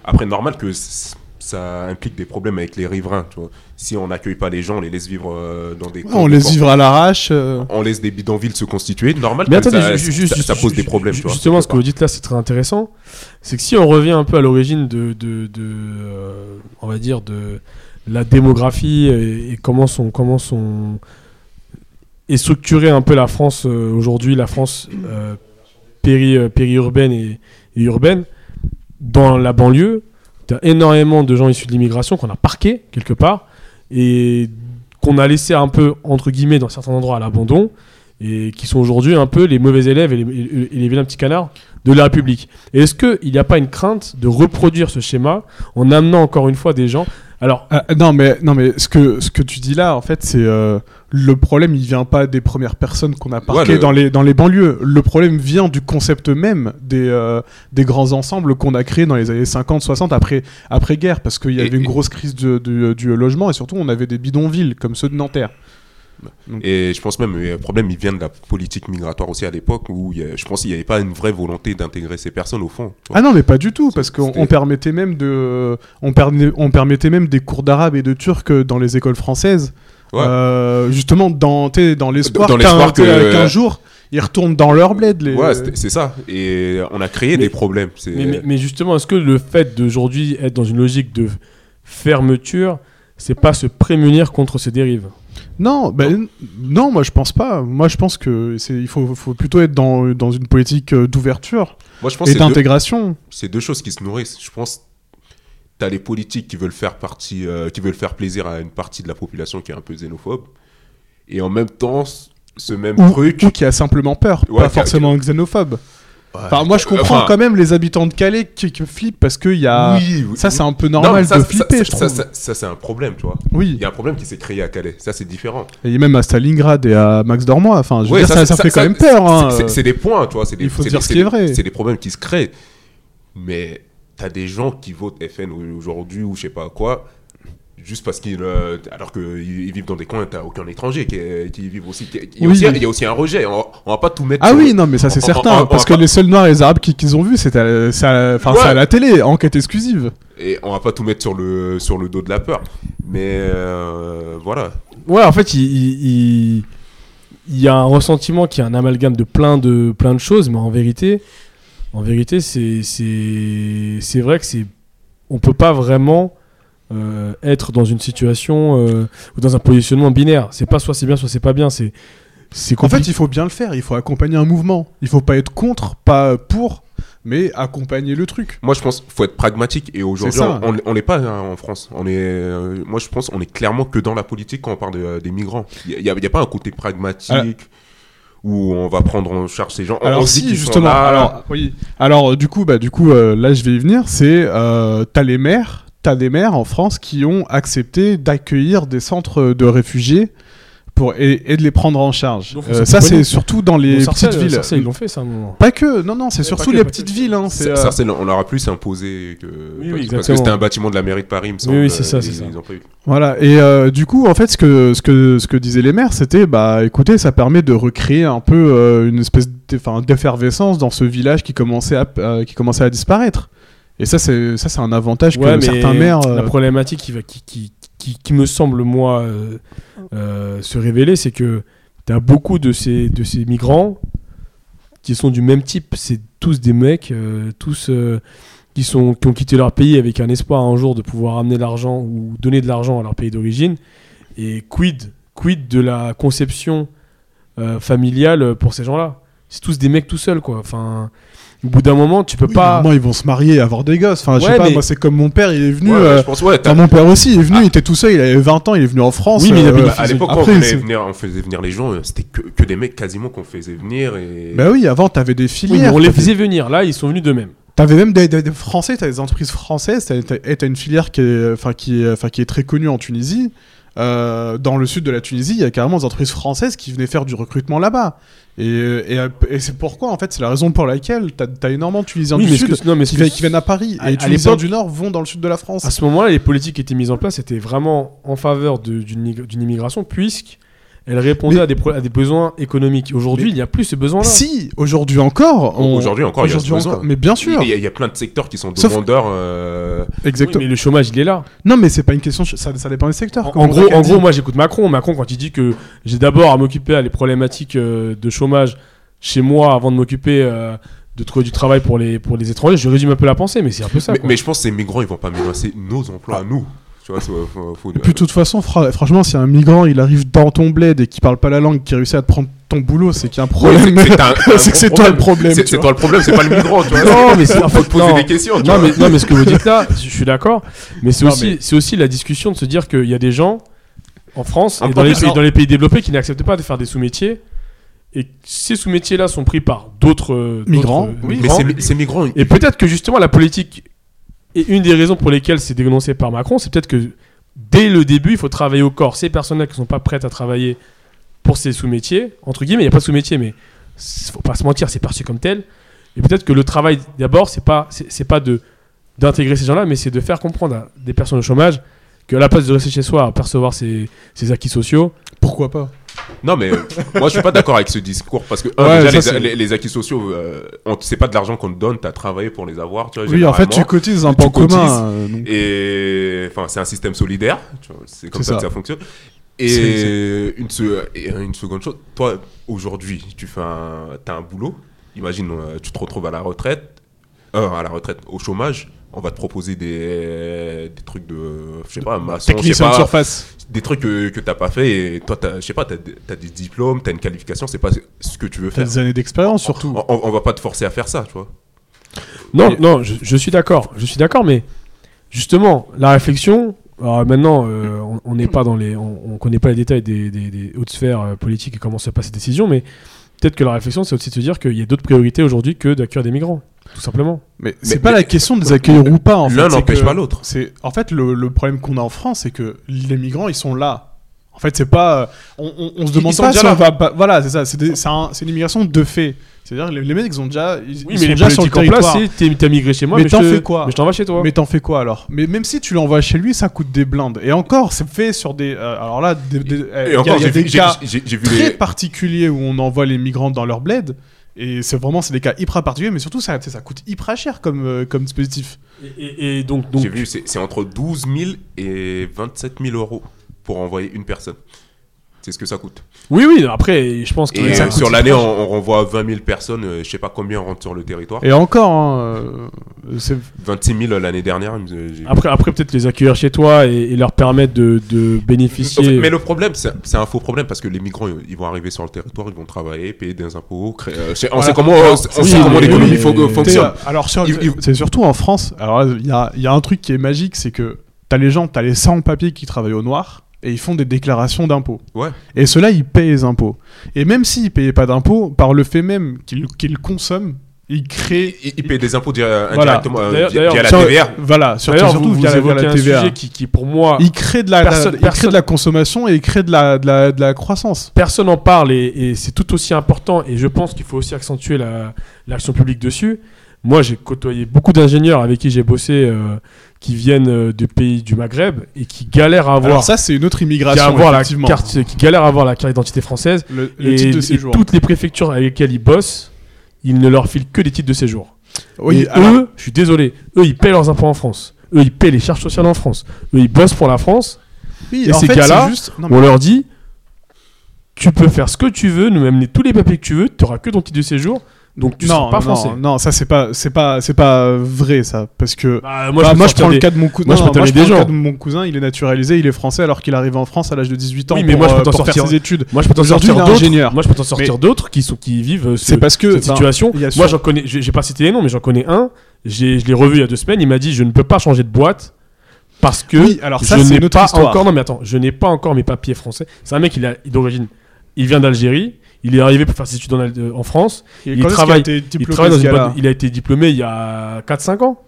Speaker 2: après, normal que c- ça implique des problèmes avec les riverains. Tu vois. Si on n'accueille pas les gens, on les laisse vivre euh, dans des.
Speaker 1: Ouais,
Speaker 2: camps
Speaker 1: on
Speaker 2: de
Speaker 1: laisse
Speaker 2: fortune.
Speaker 1: vivre à l'arrache. euh.
Speaker 2: on laisse des bidonvilles se constituer. Normal
Speaker 3: Mais
Speaker 2: que
Speaker 3: attendez,
Speaker 2: ça,
Speaker 3: ju- ju-
Speaker 2: ça-
Speaker 3: ju-
Speaker 2: ça pose
Speaker 3: ju-
Speaker 2: des
Speaker 3: ju-
Speaker 2: problèmes. tu vois,
Speaker 3: Justement, ce
Speaker 2: quelque
Speaker 3: que vous dites là, c'est très intéressant. C'est que si on revient un peu à l'origine de, de, de, euh, on va dire, de la démographie et, et comment sont, comment sont est structurée un peu la France euh, aujourd'hui, la France euh, péri, euh, périurbaine et, et urbaine, dans la banlieue, t'as énormément de gens issus de l'immigration qu'on a parqués quelque part et qu'on a laissé un peu entre guillemets dans certains endroits à l'abandon et qui sont aujourd'hui un peu les mauvais élèves et les, et- et les vilains petits canards de la République. Et Est-ce qu'il n'y a pas une crainte de reproduire ce schéma en amenant encore une fois des gens Alors,
Speaker 1: Ah, non mais non mais ce que ce que tu dis là en fait c'est euh, le problème il vient pas des premières personnes qu'on a parquées
Speaker 2: le-
Speaker 1: dans les dans les banlieues le problème vient du concept même des euh, des grands ensembles qu'on a créés dans les années 50 60 après après guerre parce qu'il y
Speaker 2: Et-
Speaker 1: avait une
Speaker 2: et-
Speaker 1: grosse crise de- du- du logement et surtout on avait des bidonvilles comme ceux de Nanterre
Speaker 2: Et je pense même, euh, le problème, il vient de la politique migratoire aussi à l'époque où il y a- je pense qu'il n'y avait pas une vraie volonté d'intégrer ces personnes au fond. tu vois.
Speaker 1: Ah non, mais pas du tout, parce qu'on
Speaker 2: C'était-
Speaker 1: on permettait même de, on, permet- on permettait même des cours d'arabe et de turc euh, dans les écoles françaises.
Speaker 2: Ouais.
Speaker 1: Euh, justement, dans, t'es dans l'espoir
Speaker 2: Dans
Speaker 1: qu'un
Speaker 2: l'espoir que-
Speaker 1: t'es- qu'un jour, ils retournent dans leur bled. Les...
Speaker 2: Ouais, c'était- c'est ça. Et on a créé
Speaker 3: Mais-
Speaker 2: des problèmes. C'est-
Speaker 3: mais, mais- mais justement, est-ce que le fait d'aujourd'hui être dans une logique de fermeture, c'est pas se prémunir contre ces dérives
Speaker 1: Non, ben, non, moi je pense pas. Moi je pense que c'est, il faut, faut plutôt être dans, dans une politique euh, d'ouverture
Speaker 2: Moi, je pense
Speaker 1: et
Speaker 2: que c'est deux-
Speaker 1: d'intégration.
Speaker 2: c'est deux, choses qui se nourrissent. Je pense tu as les politiques qui veulent, faire partie, euh, qui veulent faire plaisir à une partie de la population qui est un peu xénophobe. Et en même temps, c- ce même
Speaker 1: Ou,
Speaker 2: truc.
Speaker 1: ou qui a simplement peur, pas
Speaker 2: Ouais, qui a- Ah, euh,
Speaker 1: forcément xénophobe. Enfin, moi je comprends
Speaker 2: Enfin-
Speaker 1: quand même les habitants de Calais qui, qui flippent parce qu'il y a.
Speaker 2: oui, oui.
Speaker 1: Ça, c'est un peu
Speaker 2: Non,
Speaker 1: normal
Speaker 2: mais ça,
Speaker 1: de
Speaker 2: ça-
Speaker 1: flipper,
Speaker 2: ça-
Speaker 1: je
Speaker 2: ça-
Speaker 1: trouve.
Speaker 2: ça- ça, c'est un problème, tu vois.
Speaker 1: oui.
Speaker 2: Il y a un problème qui s'est créé à Calais. Ça, c'est différent.
Speaker 1: Et même à Stalingrad et à Max Dormois, enfin, je veux
Speaker 2: Ouais,
Speaker 1: dire, ça, ça
Speaker 2: c'est-
Speaker 1: fait quand même peur. hein.
Speaker 2: c'est- c'est- C'est des points, tu vois. c'est Des,
Speaker 1: Il faut
Speaker 2: c'est
Speaker 1: dire
Speaker 2: des-
Speaker 1: ce qui
Speaker 2: c'est
Speaker 1: est
Speaker 2: des-
Speaker 1: vrai.
Speaker 2: C'est des problèmes qui se créent. Mais t'as des gens qui votent FN aujourd'hui ou je sais pas quoi, juste parce qu'ils. euh, alors qu'ils vivent dans des coins, t'as aucun étranger qui, est- qui vivent aussi. qui- il, y a
Speaker 1: Oui.
Speaker 2: aussi il y a aussi un rejet. On, on va pas tout mettre.
Speaker 1: Ah
Speaker 2: sur-
Speaker 1: oui, non, mais ça c'est
Speaker 2: on-
Speaker 1: certain,
Speaker 2: on- on-
Speaker 1: parce que
Speaker 2: on-
Speaker 1: les seuls noirs et les arabes qui- qu'ils ont vus, c'était à, c'est à- enfin, c'est à
Speaker 2: Ouais.
Speaker 1: la télé, enquête exclusive.
Speaker 2: Et on va pas tout mettre sur le, sur le dos de la peur. Mais euh, voilà.
Speaker 3: Ouais, en fait, il, il- il- il y a un ressentiment qui est un amalgame de plein de, plein de choses, mais en vérité, en vérité, c'est- c'est c'est vrai que c'est on peut pas vraiment euh, être dans une situation euh, ou dans un positionnement binaire. C'est pas soit c'est bien, soit c'est pas bien. C'est c'est
Speaker 1: En fait,
Speaker 3: compliqué.
Speaker 1: il faut bien le faire, il faut accompagner un mouvement. Il faut pas être contre, pas pour, mais accompagner le truc.
Speaker 2: Moi, je pense qu'il faut être pragmatique. Et aujourd'hui,
Speaker 1: C'est ça.
Speaker 2: on on n'est pas hein, en France. On est, euh, moi, je pense on est clairement que dans la politique quand on parle de, euh, des migrants. Il n'y a, il y a pas un côté pragmatique
Speaker 1: Alors-
Speaker 2: où on va prendre en charge ces gens. On-
Speaker 1: Ah.
Speaker 2: on
Speaker 1: Alors
Speaker 2: se dit
Speaker 1: si
Speaker 2: qu'ils sont
Speaker 1: justement,
Speaker 2: là.
Speaker 1: alors oui, alors euh, du coup bah du coup euh, là je vais y venir, c'est euh, t'as les maires, t'as des maires en France qui ont accepté d'accueillir des centres de réfugiés pour, et, et de les prendre en charge.
Speaker 3: Donc, faut
Speaker 1: Euh,
Speaker 3: se
Speaker 1: ça,
Speaker 3: connaître.
Speaker 1: c'est surtout dans les
Speaker 3: Bon, Sarcelles,
Speaker 1: petites villes.
Speaker 3: Sarcelles, ils l'ont fait ça à un moment.
Speaker 1: Pas que, non, non, c'est surtout
Speaker 3: pas que,
Speaker 1: les
Speaker 3: pas
Speaker 1: petites
Speaker 3: que.
Speaker 1: villes. Hein, c'est,
Speaker 2: Ça-
Speaker 1: euh,
Speaker 2: Sarcelles, on leur a plus imposé que.
Speaker 3: oui,
Speaker 2: parce- parce que
Speaker 3: exactement.
Speaker 2: c'était un bâtiment de la mairie de Paris, il me semble.
Speaker 3: oui, c'est ça,
Speaker 2: et
Speaker 3: c'est ça.
Speaker 2: Ils ont pas eu.
Speaker 1: Voilà, et euh, du coup, en fait, ce que, ce, que, ce que disaient les maires, c'était, bah, écoutez, ça permet de recréer un peu euh, une espèce d'e- enfin, d'effervescence dans ce village qui commençait à, euh, qui commençait à disparaître. Et ça, c'est ça, c'est un avantage
Speaker 3: Ouais, mais
Speaker 1: que certains maires... euh,
Speaker 3: La problématique qui, va- qui, qui, qui, qui me semble, moi, euh, euh, se révéler, c'est que tu as beaucoup de ces, de ces migrants qui sont du même type. C'est tous des mecs, euh, tous euh, qui, sont, qui ont quitté leur pays avec un espoir un jour de pouvoir amener de l'argent ou donner de l'argent à leur pays d'origine. Et quid, quid de la conception euh, familiale pour ces gens-là C'est tous des mecs tout seuls, quoi. Enfin, au bout d'un moment, tu peux
Speaker 1: oui,
Speaker 3: pas.
Speaker 1: normalement, ils vont se marier, avoir des gosses. Enfin, je sais
Speaker 3: Ouais,
Speaker 1: pas,
Speaker 3: mais-
Speaker 1: moi, c'est comme mon père, il est venu...
Speaker 2: Ouais,
Speaker 1: euh,
Speaker 2: je pense, ouais, t'as-
Speaker 1: enfin, mon père aussi, il est venu, il était tout seul, il avait 20 ans, il est venu en France.
Speaker 3: Ah.
Speaker 1: euh,
Speaker 3: Oui, mais il a bénéficié-
Speaker 2: à
Speaker 3: ils ont-
Speaker 2: l'époque, quand
Speaker 1: après,
Speaker 2: on,
Speaker 1: c'est-
Speaker 2: faisait venir, on faisait venir les gens, euh, c'était que, que des mecs quasiment qu'on faisait venir. Et...
Speaker 1: Bah oui, avant, t'avais des
Speaker 3: Oui, mais
Speaker 1: filières.
Speaker 3: on les faisait venir. Là, ils sont venus d'eux-mêmes.
Speaker 1: T'avais même des, des- des Français, t'as des entreprises françaises, t'as, t'as- et t'as une filière qui est, enfin, qui, est, enfin, qui est très connue en Tunisie. Euh, dans le sud de la Tunisie, il y a carrément des entreprises françaises qui venaient faire du recrutement là-bas. Et, et, et c'est pourquoi, en fait, c'est la raison pour laquelle t'as, t'as énormément de Tunisiens
Speaker 3: Oui,
Speaker 1: du
Speaker 3: mais ce
Speaker 1: sud
Speaker 3: que- non, mais ce
Speaker 1: qui,
Speaker 3: que-
Speaker 1: vi- qui viennent à Paris.
Speaker 3: à-
Speaker 1: et les
Speaker 3: à
Speaker 1: Tunisiens
Speaker 3: l'époque-
Speaker 1: du nord vont dans le sud de la France.
Speaker 3: À ce moment-là, les politiques qui étaient mises en place étaient vraiment en faveur de- d'une mig- d'une immigration, puisqu'elles répondaient
Speaker 1: Mais-
Speaker 3: à, des pro- à des besoins économiques. Aujourd'hui,
Speaker 1: Mais-
Speaker 3: il n'y a plus ce besoin-là.
Speaker 1: Si, aujourd'hui encore. on-
Speaker 2: Aujourd'hui encore, il y a ce besoin.
Speaker 1: encore- Mais bien sûr,
Speaker 2: Il y, a- il y a plein de secteurs qui sont
Speaker 1: Sauf-
Speaker 2: demandeurs. euh,
Speaker 3: Oui,
Speaker 1: exactement.
Speaker 3: mais le chômage, il est là.
Speaker 1: Non, mais c'est pas une question, ça, ça dépend des secteurs.
Speaker 3: En,
Speaker 1: comme
Speaker 3: en
Speaker 1: on a
Speaker 3: gros,
Speaker 1: qu'à
Speaker 3: en
Speaker 1: dire.
Speaker 3: gros, moi, j'écoute Macron. Macron, quand il dit que j'ai d'abord à m'occuper à les problématiques euh, de chômage chez moi avant de m'occuper euh, de trouver du travail pour les, pour les étrangers, je résume un peu la pensée, mais c'est un peu ça.
Speaker 2: mais,
Speaker 3: quoi.
Speaker 2: mais je pense que ces migrants, ils vont pas menacer nos emplois à
Speaker 1: Ah.
Speaker 2: nous. Tu vois, faut- faut- faut-
Speaker 1: Et puis de toute façon, fra- franchement, si un migrant il arrive dans ton bled et qui parle pas la langue, qui réussit à te prendre ton boulot, c'est qu'il y a un
Speaker 2: Ouais,
Speaker 1: problème.
Speaker 2: c'est- c'est un- un
Speaker 1: c'est que
Speaker 2: gros
Speaker 1: c'est toi le problème.
Speaker 2: C'est
Speaker 1: tu
Speaker 2: c'est
Speaker 1: vois.
Speaker 2: toi le problème, c'est pas le migrant. Tu vois.
Speaker 3: Non, mais c'est- en
Speaker 2: faut
Speaker 3: fait,
Speaker 2: te poser
Speaker 3: non.
Speaker 2: des questions. tu
Speaker 3: Non
Speaker 2: vois.
Speaker 3: mais, non mais ce que vous dites là, je suis d'accord, mais c'est
Speaker 1: Non,
Speaker 3: aussi,
Speaker 1: mais-
Speaker 3: c'est aussi la discussion de se dire qu'il y a des gens en France
Speaker 2: En
Speaker 3: et dans les,
Speaker 2: plus,
Speaker 3: pays,
Speaker 2: alors-
Speaker 3: dans les pays développés qui n'acceptent pas de faire des sous-métiers, et ces sous-métiers-là sont pris par d'autres euh, d'autres,
Speaker 1: Migrants.
Speaker 3: euh,
Speaker 2: Oui, mais
Speaker 3: migrants.
Speaker 2: ces, ces migrants,
Speaker 3: Et peut-être que justement la politique, et une des raisons pour lesquelles c'est dénoncé par Macron, c'est peut-être que dès le début, il faut travailler au corps. Ces personnes-là qui ne sont pas prêtes à travailler pour ces sous-métiers, entre guillemets, il n'y a pas de sous-métiers, mais il faut pas se mentir, c'est perçu comme tel. Et peut-être que le travail, d'abord, c'est pas, c'est c'est pas de d'intégrer ces gens-là, mais c'est de faire comprendre à des personnes au chômage que à la place de rester chez soi à percevoir ses, ses acquis sociaux,
Speaker 1: Pourquoi pas
Speaker 2: Non, mais euh, moi, je suis pas d'accord avec ce discours parce que un,
Speaker 1: Ouais,
Speaker 2: déjà,
Speaker 1: ça, c'est-
Speaker 2: les, les- les acquis sociaux, euh, on- c'est pas de l'argent qu'on te donne, t'as travaillé pour les avoir. Tu vois,
Speaker 1: Oui, en fait, tu
Speaker 2: généralement.
Speaker 1: cotises un
Speaker 2: Tu
Speaker 1: pan
Speaker 2: cotises.
Speaker 1: commun. euh, donc-
Speaker 2: Et enfin, c'est un système solidaire. tu vois, C'est comme
Speaker 1: C'est
Speaker 2: ça, que
Speaker 1: ça.
Speaker 2: ça fonctionne.
Speaker 1: C'est-
Speaker 2: Et une, se- et une seconde chose, toi, aujourd'hui, tu fais un, as un boulot. Imagine, euh, tu te retrouves à la retraite, euh, à la retraite, au chômage. On va te proposer des, des trucs de, je sais pas, maçon, je sais
Speaker 1: Technicien de
Speaker 2: pas,
Speaker 1: surface.
Speaker 2: des trucs que, que t'as pas fait et toi t'as- je sais pas t'as as des diplômes t'as une qualification c'est pas ce que tu veux
Speaker 1: T'as
Speaker 2: faire
Speaker 1: des années d'expérience surtout.
Speaker 2: on, on- on va pas te forcer à faire ça tu vois
Speaker 3: Non,
Speaker 2: Et-
Speaker 3: non, je, je suis d'accord, je suis d'accord, mais justement, la réflexion. alors maintenant, euh, on- on n'est pas dans les, on, on connaît pas les détails des, des- des hautes sphères euh, politiques et comment se passent ces décisions, mais peut-être que la réflexion, c'est aussi de se dire qu'il y a d'autres priorités aujourd'hui que d'accueillir des migrants, tout simplement.
Speaker 1: Mais c'est
Speaker 2: mais-
Speaker 1: pas la question de les accueillir ou pas. en fait,
Speaker 2: l'un
Speaker 1: c'est
Speaker 2: n'empêche
Speaker 1: que-
Speaker 2: pas l'autre
Speaker 1: C'est en fait le, le problème qu'on a en France, c'est que les migrants ils sont là. En fait, c'est pas euh, on, on- on se
Speaker 2: Ils hein.
Speaker 1: demande
Speaker 2: sont
Speaker 1: pas
Speaker 2: déjà
Speaker 1: si on
Speaker 2: là.
Speaker 1: va pas- voilà, c'est ça, c'est des- c'est un- c'est une immigration de fait. C'est-à-dire les, les mecs ils ont déjà ils, ils
Speaker 3: Oui,
Speaker 1: sont
Speaker 3: mais les
Speaker 1: déjà sur le
Speaker 3: politiques en place,
Speaker 1: territoire.
Speaker 3: c'est t'es- t'as migré chez moi,
Speaker 1: Mais
Speaker 3: mais,
Speaker 1: t'en
Speaker 3: je te-
Speaker 1: fais quoi
Speaker 3: Mais je t'en vas chez toi.
Speaker 1: Mais t'en fais quoi alors Mais même si tu l'envoies chez lui, ça coûte des blindes. Et encore, c'est fait sur des. euh, alors là, des- des- euh, il y
Speaker 2: et
Speaker 1: a-
Speaker 2: encore
Speaker 1: il y a
Speaker 2: j'ai
Speaker 1: des
Speaker 2: vu, j'ai-
Speaker 1: cas
Speaker 2: j'ai- j'ai vu
Speaker 1: très
Speaker 2: les
Speaker 1: particuliers où on envoie les migrants dans leur bled. Et c'est vraiment c'est des cas hyper particuliers, mais surtout ça, ça coûte hyper cher comme, euh, comme dispositif.
Speaker 3: Et, et- et donc, donc
Speaker 2: j'ai vu c'est c'est entre 12 000 et 27 000 euros pour envoyer une personne c'est ce que ça coûte
Speaker 3: oui, oui. Après, je pense que
Speaker 2: et
Speaker 3: ça
Speaker 2: euh,
Speaker 3: coûte-
Speaker 2: sur l'année on, on renvoie 20 000 personnes euh, je sais pas combien rentrent sur le territoire
Speaker 1: Et encore, hein, euh, c'est-
Speaker 2: 26 000 l'année dernière il me- j'ai-
Speaker 3: Après, après peut-être les accueillir chez toi et, et leur permettre de, de bénéficier.
Speaker 2: mais le problème, c'est c'est un faux problème parce que les migrants, ils ils vont arriver sur le territoire, ils vont travailler, payer des impôts. Créer, euh, c'est- on
Speaker 1: Voilà.
Speaker 2: sait comment, on sait
Speaker 3: oui,
Speaker 2: comment
Speaker 3: mais-
Speaker 2: l'économie
Speaker 3: mais-
Speaker 2: fo- euh,
Speaker 3: mais-
Speaker 1: T'es,
Speaker 2: fonctionne.
Speaker 1: euh, alors, sur-
Speaker 2: Il- il-
Speaker 1: c'est surtout en France. Alors, là, il y a, il y a un truc qui est magique, c'est que t'as les gens, t'as les sans-papiers qui travaillent au noir et ils font des déclarations d'impôts.
Speaker 2: Ouais.
Speaker 1: Et ceux-là, ils payent les impôts. Et même s'ils payaient pas d'impôts, par le fait même qu'ils qu'ils consomment, il crée.
Speaker 2: Il, il paye des impôts dire-
Speaker 3: Voilà.
Speaker 2: indirectement euh,
Speaker 3: D'ailleurs-
Speaker 2: via la
Speaker 1: Sur-
Speaker 2: TVR.
Speaker 1: Voilà, surtout,
Speaker 3: D'ailleurs,
Speaker 1: surtout
Speaker 3: vous, vous
Speaker 1: via, la- via
Speaker 3: évoquez
Speaker 1: la
Speaker 3: un
Speaker 1: TVA.
Speaker 3: sujet qui, qui, pour moi,
Speaker 1: Il crée de la,
Speaker 3: Personne-
Speaker 1: il crée
Speaker 3: personne-
Speaker 1: de la consommation et il crée de la, de la, de la croissance.
Speaker 3: personne n'en parle et, et c'est tout aussi important et je pense qu'il faut aussi accentuer la- l'action publique dessus. Moi, j'ai côtoyé beaucoup d'ingénieurs avec qui j'ai bossé euh, qui viennent euh, de pays du Maghreb et qui galèrent à avoir,
Speaker 1: Alors ça, c'est une autre
Speaker 3: qui, à
Speaker 1: immigration.
Speaker 3: avoir la
Speaker 1: effectivement.
Speaker 3: carte, qui galèrent à avoir la carte d'identité française
Speaker 1: le, le
Speaker 3: et,
Speaker 1: titre de
Speaker 3: et
Speaker 1: séjour.
Speaker 3: toutes les préfectures avec lesquelles ils bossent, ils ne leur filent que des titres de séjour.
Speaker 1: Oui,
Speaker 3: Et
Speaker 1: alors-
Speaker 3: eux, je suis désolé, eux ils paient leurs impôts en France, eux ils paient les charges sociales en France, eux ils bossent pour la France.
Speaker 1: oui,
Speaker 3: et
Speaker 1: en
Speaker 3: ces
Speaker 1: fait,
Speaker 3: gars-là-
Speaker 1: c'est juste- non, mais-
Speaker 3: On leur dit, tu peux faire ce que tu veux, nous amener tous les papiers que tu veux, tu auras que ton titre de séjour, donc tu ne
Speaker 1: non,
Speaker 3: seras pas
Speaker 1: non,
Speaker 3: français.
Speaker 1: non, ça c'est pas, c'est pas, c'est pas vrai ça, parce que
Speaker 3: Bah,
Speaker 1: Bah, moi, je
Speaker 3: sortir
Speaker 1: prends le
Speaker 3: des-
Speaker 1: cas de mon cousin.
Speaker 3: moi, je peux
Speaker 1: moi,
Speaker 3: t'amener
Speaker 1: je
Speaker 3: des
Speaker 1: prends le
Speaker 3: gens.
Speaker 1: cas de mon cousin. Il est naturalisé, il est français alors qu'il arrive en France à l'âge de 18 ans
Speaker 3: Oui,
Speaker 1: pour,
Speaker 3: mais moi, je peux
Speaker 1: euh,
Speaker 3: t'en
Speaker 1: pour faire
Speaker 3: sortir-
Speaker 1: ses études.
Speaker 3: moi je peux t'en
Speaker 1: Aujourd'hui,
Speaker 3: sortir
Speaker 1: il est ingénieur.
Speaker 3: d'autres. Moi je peux t'en sortir
Speaker 1: Mais-
Speaker 3: d'autres qui sont qui vivent euh, ce-
Speaker 1: C'est parce que
Speaker 3: cette
Speaker 1: ben,
Speaker 3: situation.
Speaker 1: il y a sur-
Speaker 3: Moi j'en connais, j'ai j'ai pas cité les noms, mais j'en connais un. j'ai- Je l'ai revu il y a deux semaines. Il m'a dit je ne peux pas changer de boîte parce que
Speaker 1: oui, alors ça
Speaker 3: je
Speaker 1: c'est
Speaker 3: n'ai
Speaker 1: une autre
Speaker 3: pas
Speaker 1: histoire.
Speaker 3: encore. Non mais attends, je n'ai pas encore mes papiers français. C'est un mec il a il est d'origine, il vient d'Algérie. Il est arrivé pour faire ses études en, Al- euh, en France.
Speaker 1: Et
Speaker 3: il
Speaker 1: quand est-ce qu'il
Speaker 3: travaille-
Speaker 1: a été
Speaker 3: Il,
Speaker 1: diplômé,
Speaker 3: travaille dans
Speaker 1: ce
Speaker 3: une
Speaker 1: gars-là
Speaker 3: boîte- il a été diplômé il y a 4-5 ans.